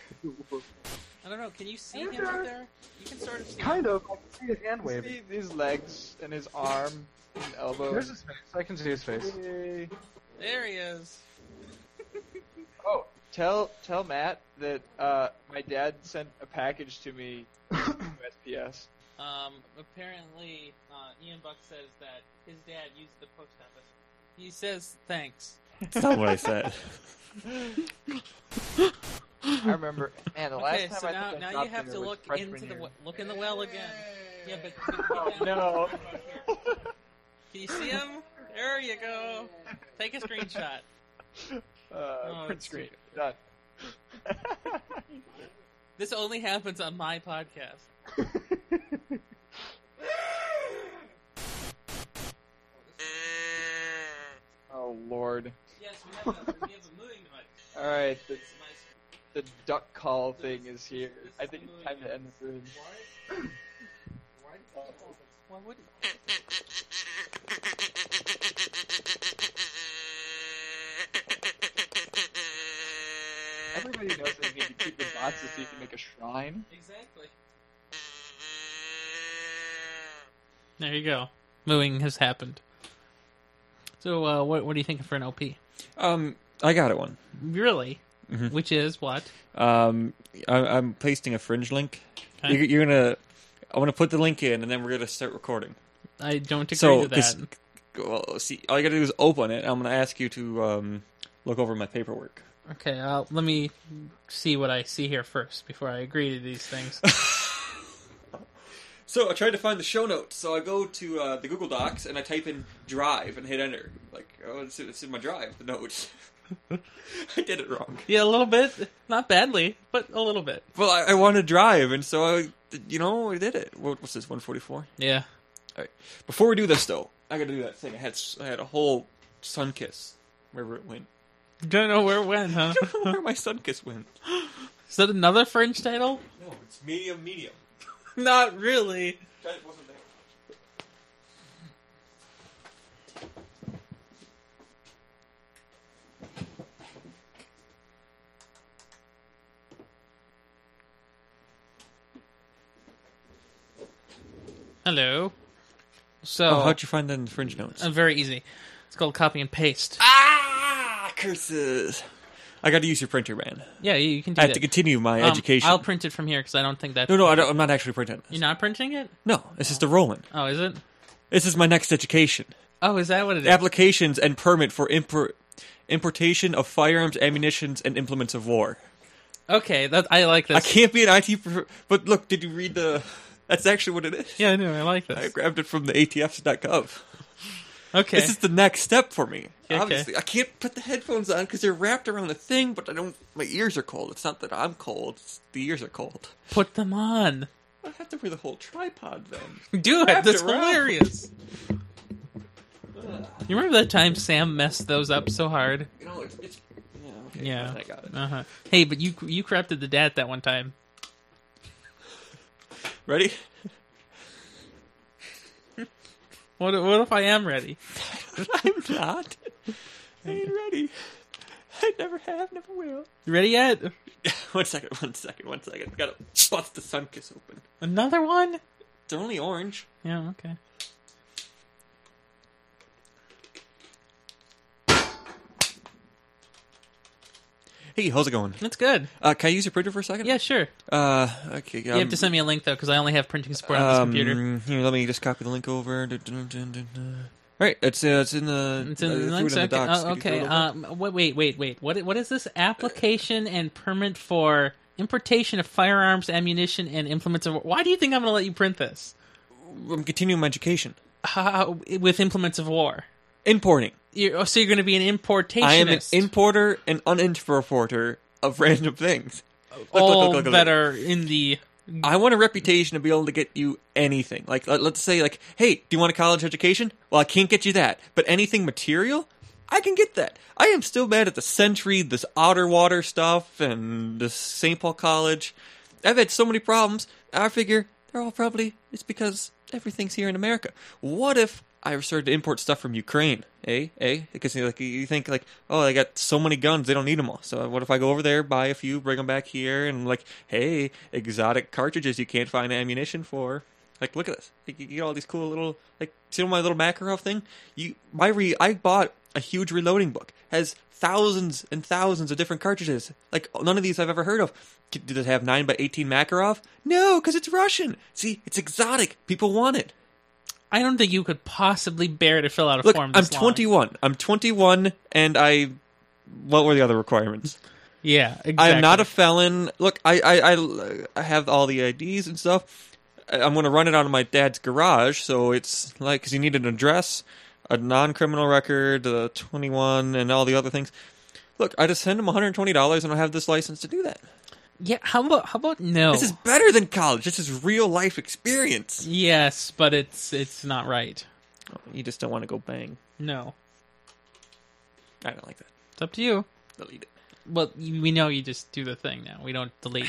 S1: I don't know. Can you see him up there? You can sort of see.
S5: Kind of. I can see his hand waving.
S6: See his legs and his arm and elbow.
S5: There's his face. I can see his face.
S6: Yay.
S1: There he is.
S6: Oh, tell tell Matt that uh, my dad sent a package to me to SPS.
S3: Um, apparently, uh, Ian Buck says that his dad used the post office.
S1: He says thanks.
S2: That's not what I said.
S6: I remember, and the last
S1: okay,
S6: time
S1: so
S6: I
S1: now,
S6: think I
S1: now
S6: dropped
S1: you have
S6: it
S1: to
S6: was
S1: look
S6: freshman
S1: into the
S6: year.
S1: w- look in the well again. Yeah, but
S6: Oh, no.
S1: Can you see him? There you go. Take a screenshot.
S6: Uh,
S1: Oh,
S6: print
S1: it's-
S6: screen. Done.
S1: This only happens on my podcast.
S6: oh Lord!
S1: Yes, we have a, we have a moving device.
S6: All right, the,
S1: It's my
S6: the duck call thing is here. I think it's time to end this room.
S1: Why would not
S6: Everybody knows that you need to keep the boxes so you can make a shrine.
S1: exactly?
S3: There you go. Mooing has happened. So, uh, what, what are you thinking for an OP?
S2: Um, I got it one.
S3: Really? Mm-hmm. Which is what?
S2: Um, I, I'm pasting a fringe link.
S3: Okay.
S2: You, you're gonna. I want to put the link in, and then we're gonna start recording.
S3: I don't agree
S2: so,
S3: to that.
S2: 'cause- well, see, all you gotta do is open it. I'm gonna ask you to um, look over my paperwork.
S3: Okay, uh, let me see what I see here first before I agree to these things.
S2: So I tried to find the show notes. So I go to uh, the Google Docs and I type in Drive and hit Enter. Like, oh, it's, it's in my Drive, the notes. I did it wrong.
S3: yeah, a little bit. Not badly, but a little bit.
S2: Well, I, I wanted Drive, and so I, you know, I did it. What, what's this? 144.
S3: Yeah.
S2: All right. Before we do this, though, I gotta do that thing. I had I had a whole sun kiss wherever it went.
S3: Don't know where it went, huh?
S2: I don't know where my sun kiss went.
S3: Is that another fringe title?
S2: No, it's medium, medium.
S3: Not really.
S2: That wasn't there.
S3: Hello. So,
S2: Oh, how'd you find that in the fringe notes?
S3: uh, very easy. It's called copy and paste.
S2: ah, curses! I got to use your printer, man.
S3: Yeah, you, you can do
S2: I have
S3: that.
S2: to continue my
S3: Um,
S2: education.
S3: I'll print it from here because I don't think that.
S2: no, no, I don't, I'm not actually printing. This.
S3: You're not printing it?
S2: No, this is the Roland.
S3: Oh, is it?
S2: This is my next education.
S3: Oh, is that what it is?
S2: Applications and permit for impor- importation of firearms, ammunitions, and implements of war.
S3: Okay, that, I like this.
S2: I can't be an IT. Prof- but look, did you read the? That's actually what it is.
S3: Yeah, I know. I like
S2: I
S3: this.
S2: grabbed it from the ATFs.gov.
S3: Okay.
S2: This is the next step for me.
S3: Okay.
S2: Obviously, I can't put the headphones on because they're wrapped around the thing. But I don't. My ears are cold. It's not that I'm cold. It's the ears are cold.
S3: Put them on.
S2: I have to wear the whole tripod then.
S3: Do it.
S2: Wrapped
S3: That's
S2: around.
S3: hilarious. You remember that time Sam messed those up so hard?
S2: You know, it's, it's yeah, okay,
S3: Yeah.
S2: fine, I got it.
S3: Uh-huh. Hey, but you you corrupted the dad that one time.
S2: Ready?
S3: What what if I am ready?
S2: I'm not. I ain't ready. I never have, never will.
S3: You ready yet?
S2: one second, one second, one second. Gotta bust the sun kiss open.
S3: Another one?
S2: They're only orange.
S3: Yeah. Okay.
S2: Hey, how's it going?
S3: That's good.
S2: Uh, can I use your printer for a second?
S3: Yeah. Sure.
S2: Uh, okay. Um,
S3: you have to send me a link though, because I only have printing support on this computer.
S2: Here, let me just copy the link over. Dun, dun, dun, dun, dun. Right. It's uh, it's in the
S3: It's in
S2: uh,
S3: the
S2: threw it
S3: link
S2: in the
S3: second.
S2: docs.
S3: Oh,
S2: Could you throw
S3: okay.
S2: it over?
S3: Um, wait, wait, wait, wait. What? What is this application and permit for importation of firearms, ammunition, and implements of war? Why do you think I'm going to let you print this uh,
S2: I'm continuing Um, my education.
S3: How, uh, with implements of war?
S2: Importing.
S3: You're, oh, so you're going to be an importationist.
S2: I am an importer and uninterporter of random things. Look, look,
S3: all
S2: look, look, look, look.
S3: that are in the.
S2: I want a reputation to be able to get you anything. Like, let, let's say, like, hey, do you want a college education? Well, I can't get you that, but anything material, I can get that. I am still mad at the Century, this Outer Water stuff, and this St. Paul College. I've had so many problems. I figure they're all probably it's because everything's here in America. What if I started to import stuff from Ukraine? Eh, eh? Because you know, like you think like, oh, they got so many guns, they don't need them all. So uh, what if I go over there, buy a few, bring them back here, and like, hey, exotic cartridges you can't find ammunition for. Like, look at this. Like, you get all these cool little like, see my little Makarov thing. You, my re, I bought a huge reloading book. Has thousands and thousands of different cartridges. Like none of these I've ever heard of. C- Did it have nine by eighteen Makarov? No, because it's Russian. See, it's exotic. People want it.
S3: I don't think you could possibly bear to fill out a
S2: Look,
S3: form.
S2: I'm
S3: this long.
S2: 21. I'm 21, and I. What were the other requirements?
S3: Yeah, exactly.
S2: I am not a felon. Look, I I, I, I have all the IDs and stuff. I- I'm going to run it out of my dad's garage, so it's like because you need an address, a non-criminal record, uh, 21, and all the other things. Look, I just send him 120 dollars, and I have this license to do that.
S3: Yeah. How about how about no?
S2: This is better than college. This is real life experience.
S3: Yes, but it's it's not right.
S2: You just don't want to go bang.
S3: No,
S2: I don't like that.
S3: it's up to you.
S2: Delete it.
S3: Well, you- we know you just do the thing now. We don't delete.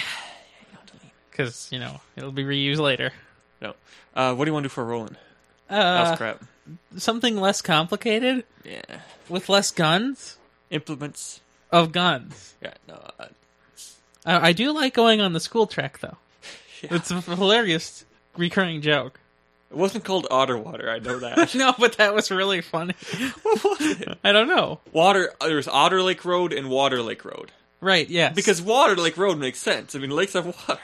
S3: Because, you know, it'll be reused later.
S2: No. Uh, what do you want to do for Roland? That
S3: Uh,
S2: was crap.
S3: something less complicated
S2: Yeah.
S3: with less guns?
S2: Implements.
S3: Of guns.
S2: Yeah. No. Uh,
S3: I, I do like going on the school track, though. It's a hilarious recurring joke.
S2: it wasn't called Otter Water. I know that.
S3: No, but that was really funny. I don't know.
S2: Water. uh, There's Otter Lake Road and Water Lake Road
S3: Right, yes.
S2: because Water Lake Road makes sense. I mean, lakes have water.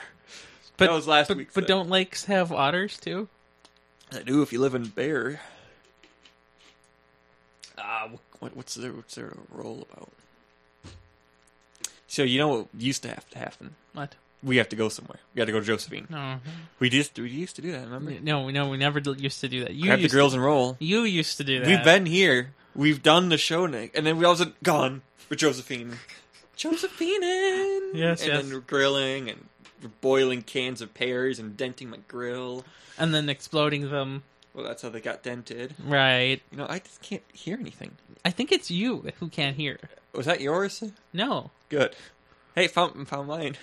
S3: but,
S2: that was last
S3: but,
S2: week's
S3: But
S2: thing.
S3: don't lakes have otters, too?
S2: I do if you live in Bear. Ah, wh- what, what's their what's their role about? So you know what used to have to happen?
S3: What?
S2: We have to go somewhere. We got to go to Josephine.
S3: No,
S2: We just we used to do that. Remember?
S3: no, no. We never d- used to do that. You
S2: Grab the
S3: used
S2: grills and roll.
S3: To, you used to do that.
S2: We've been here. We've done the show, Nick, and then we also gone with Josephine. Josephine.
S3: Yes,
S2: and
S3: yes.
S2: then we're grilling and we're boiling cans of pears and denting my grill.
S3: and then exploding them.
S2: Well, that's how they got dented.
S3: Right.
S2: You know, I just can't hear anything.
S3: I think it's you who can't hear.
S2: Was that yours?
S3: No.
S2: Good. Hey, found found mine.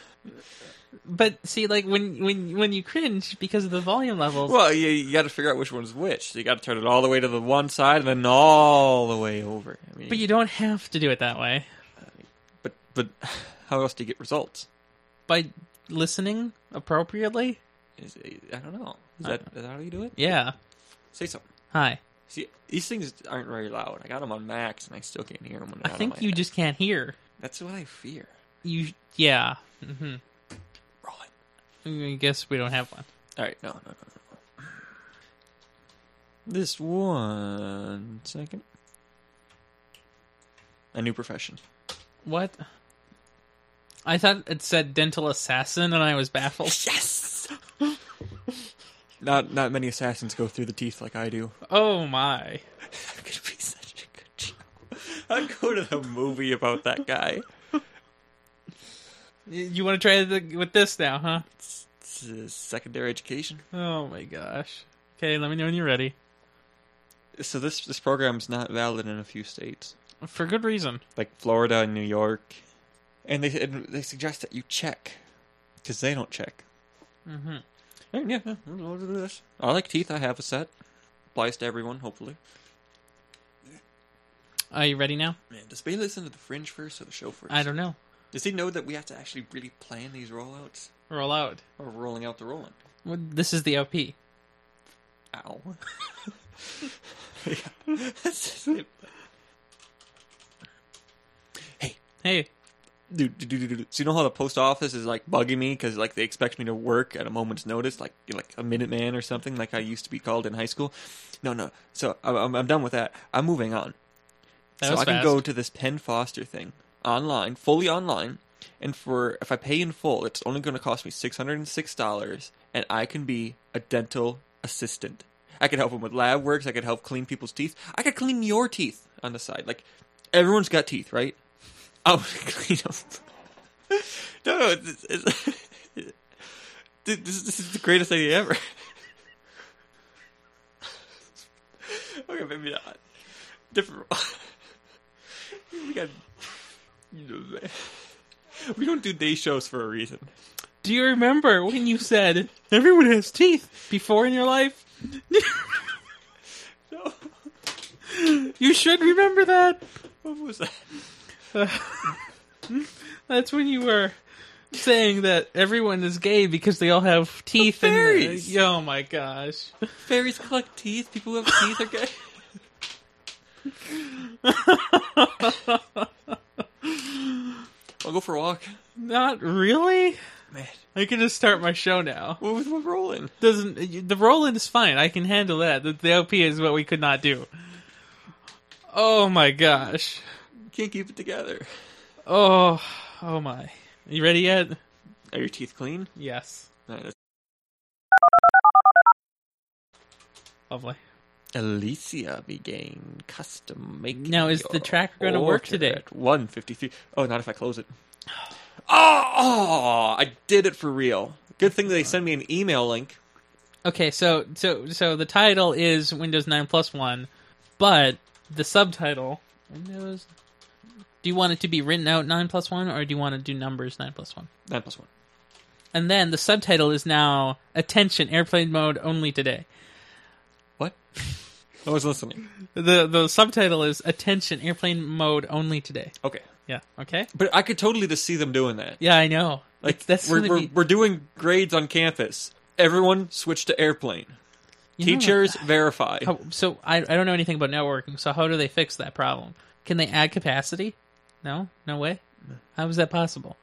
S3: But see, like when when when you cringe because of the volume levels.
S2: Well, you, you got to figure out which one's which. So you got to turn it all the way to the one side and then all the way over. I mean,
S3: but you don't have to do it that way.
S2: but but how else do you get results?
S3: By listening appropriately.
S2: Is, I don't know. Is that, is that how you do it?
S3: Yeah.
S2: Say something.
S3: Hi.
S2: See, these things aren't very loud. I got them on max, and I still can't hear them. When
S3: I
S2: they're out of
S3: think
S2: my
S3: you
S2: head.
S3: just can't hear.
S2: That's what I fear.
S3: You. Yeah. hmm
S2: Roll it.
S3: I guess we don't have one.
S2: All right, no, no, no, no. This one second. A new profession.
S3: What? I thought it said dental assassin, and I was baffled.
S2: Yes. not not many assassins go through the teeth like I do.
S3: Oh my!
S2: I'm gonna be such a good job. I'd go to the movie about that guy.
S3: Y- You want to try the, with this now, huh?
S2: It's uh, secondary education.
S3: Oh my gosh. Okay, let me know when you're ready.
S2: So this this program's not valid in a few states.
S3: For good reason.
S2: like Florida and New York, and they and they suggest that you check because they don't check.
S3: hmm
S2: Oh, yeah, yeah, we'll do this. I like teeth. I have a set. Applies to everyone, hopefully.
S3: Are you ready now?
S2: Man, does Bay listen to the Fringe first or the show first?
S3: I don't know.
S2: Does he know that we have to actually really plan these rollouts?
S3: Roll out.
S2: Or rolling out the rolling?
S3: Well, This is the OP.
S2: Ow. Yeah. That's just it.
S3: Hey,
S2: do, do, do, do, do. So you know how the post office is like bugging me because like they expect me to work at a moment's notice, like like a minute man or something, like I used to be called in high school. No, no. So I'm, I'm, I'm done with that. I'm moving on.
S3: That
S2: so
S3: was
S2: I can
S3: fast.
S2: go to this Penn Foster thing online, fully online, and for if I pay in full, it's only going to cost me six hundred and six dollars, and I can be a dental assistant. I could help them with lab works. I could help clean people's teeth. I could clean your teeth on the side. Like everyone's got teeth, right? I'm gonna clean them. no, no, it's, it's, Dude, this, this is the greatest idea ever. okay, maybe not. Different. one. we got. We don't do day shows for a reason.
S3: Do you remember when you said everyone has teeth before in your life?
S2: No,
S3: You should remember that.
S2: what was that?
S3: That's when you were saying that everyone is gay because they all have teeth and
S2: fairies.
S3: oh my gosh.
S2: Fairies collect teeth. People who have teeth are gay. I'll go for a walk.
S3: Not really.
S2: Man,
S3: I can just start my show now.
S2: what was what rolling?
S3: Doesn't the Roland is fine. I can handle that. The, the LP is what we could not do. Oh my gosh.
S2: Can't keep it together.
S3: Oh, oh my. You ready yet?
S2: Are your teeth clean?
S3: Yes.
S2: No, that's-
S3: Lovely.
S2: Alicia began custom making.
S3: Now, is
S2: your
S3: the tracker gonna work
S2: order
S3: today?
S2: At one fifty-three. Oh, not if I close it. Oh, oh, I did it for real. Good thing they sent me an email link.
S3: Okay, so so so the title is Windows 9 plus 1, but the subtitle Windows Do you want it to be written out 9 plus 1 or do you want to do numbers 9 plus 1?
S2: Nine plus one.
S3: And then the subtitle is now attention airplane mode only today.
S2: What? I was listening.
S3: The the subtitle is attention airplane mode only today.
S2: Okay,
S3: Yeah, okay?
S2: but I could totally just see them doing that.
S3: Yeah, I know.
S2: Like
S3: that's
S2: we're
S3: gonna
S2: we're,
S3: be-
S2: we're doing grades on campus. Everyone switch to airplane.
S3: You know,
S2: Teachers verify.
S3: how- so I I don't know anything about networking, so how do they fix that problem? Can they add capacity? No? No way. How is that possible?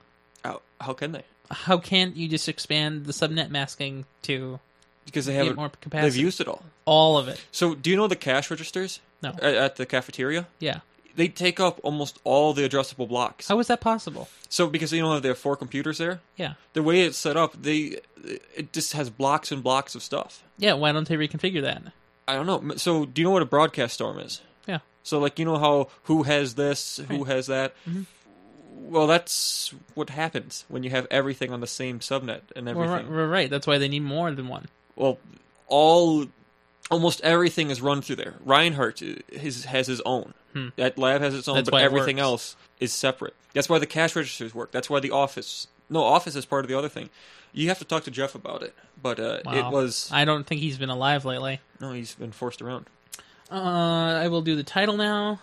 S2: How, how can they?
S3: how can't you just expand the subnet masking to
S2: Because they
S3: Get
S2: haven't.
S3: more
S2: they've
S3: capacity.
S2: used it all.
S3: all of it?
S2: So, do you know the cash registers?
S3: No.
S2: At, at the cafeteria,
S3: Yeah.
S2: they take up almost all the addressable blocks.
S3: How is that possible?
S2: So, because they don't have their four computers there,
S3: Yeah.
S2: the way it's set up, they it just has blocks and blocks of stuff.
S3: Yeah, why don't they reconfigure that?
S2: I don't know. So, do you know what a broadcast storm is?
S3: Yeah.
S2: So, like, you know how who has this, who has that.
S3: Mm-hmm.
S2: Well, that's what happens when you have everything on the same subnet and
S3: We're,
S2: everything.
S3: right- we're right. That's why they need more than one.
S2: well, all almost everything is run through there. Reinhardt i- his, has his own. That lab has its own,
S3: Hmm. That's
S2: but
S3: why it
S2: everything
S3: works.
S2: else is separate. That's why the cash registers work. That's why the office. No, office is part of the other thing. You have to talk to Jeff about it. But uh,
S3: Wow.
S2: it was
S3: I don't think he's been alive lately.
S2: no, he's been forced around.
S3: Uh, I will do the title now.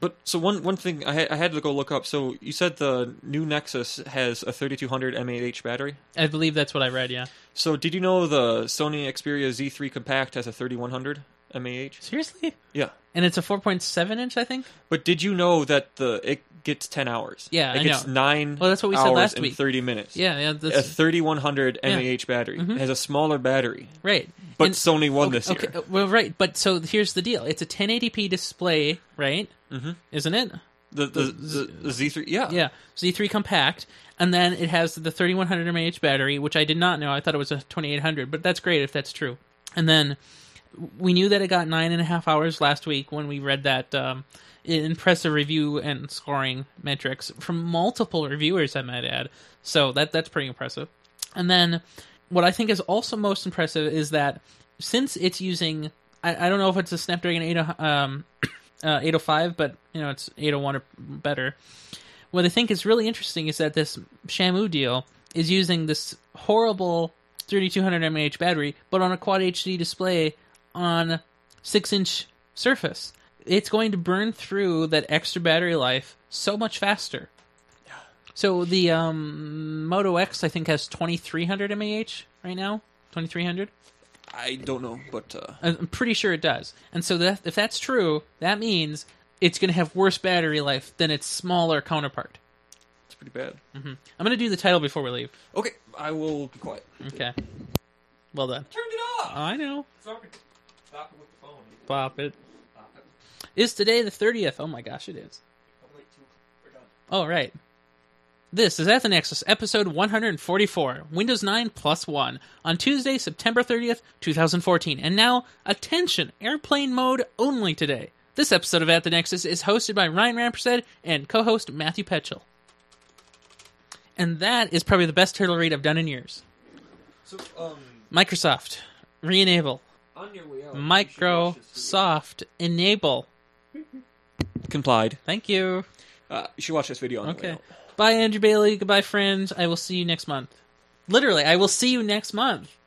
S2: But so one one thing I, ha- I had to go look up. So you said the new Nexus has a 3200 mAh battery.
S3: I believe that's what I read. Yeah.
S2: So did you know the Sony Xperia Z3 Compact has a 3100 mAh?
S3: Seriously?
S2: Yeah.
S3: And it's a 4.7 inch, I think.
S2: But did you know that the it gets ten hours?
S3: Yeah,
S2: it
S3: I
S2: gets
S3: know.
S2: nine.
S3: Well, that's what we said
S2: hours
S3: last
S2: and
S3: week.
S2: Thirty minutes.
S3: Yeah. Yeah. That's
S2: a thirty-one hundred
S3: Yeah.
S2: mAh battery It has a smaller battery,
S3: right.
S2: but
S3: And-
S2: Sony won
S3: okay,
S2: this year.
S3: okay, uh, oh, Well, right. But so here's the deal. It's a 1080p display, right? Mm-hmm. Isn't it?
S2: The the, the, the Z3, yeah,
S3: Yeah, Z3 compact, and then it has the 3100 mAh battery, which I did not know. I thought it was a 2800, but that's great if that's true. And then we knew that it got nine and a half hours last week when we read that um, impressive review and scoring metrics from multiple reviewers, I might add. So that that's pretty impressive. And then what I think is also most impressive is that since it's using, I, I don't know if it's a Snapdragon 8, um, uh, 805, but you know it's 801 or better what I think is really interesting is that this Shamu deal is using this horrible 3200 mAh battery, but on a quad HD display on six inch surface. It's going to burn through that extra battery life so much faster. So the um, Moto X, I think, has 2300 mAh right now. 2300.
S2: I don't know, but uh,
S3: I'm I'm pretty sure it does. And so that if that's true, that means it's going to have worse battery life than its smaller counterpart.
S2: pretty bad.
S3: I'm gonna do the title before we leave.
S2: Okay, I will be quiet.
S3: Okay. Well done.
S2: Turned it off.
S3: I know.
S2: Sorry. Stop it with the phone.
S3: Pop it.
S2: Stop it.
S3: Is today the thirtieth? Oh my gosh, it is.
S2: Oh, wait, two o'clock. We're done.
S3: All right. This is At the Nexus, episode 144, Windows 9 Plus 1, on Tuesday, September 30th, 2014. And now, attention, airplane mode only today. This episode of At the Nexus is hosted by Ryan Rampersad and co host Matthew Petchel. And that is probably the best turtle read I've done in years.
S2: So, um,
S3: Microsoft, re enable.
S2: on your way out, you should watch this video.
S3: Microsoft, enable.
S2: complied.
S3: Thank you.
S2: Uh, you should watch this video on the way
S3: Okay.
S2: out.
S3: Bye, Andrew Bailey. Goodbye, friends. I will see you next month. Literally, I will see you next month.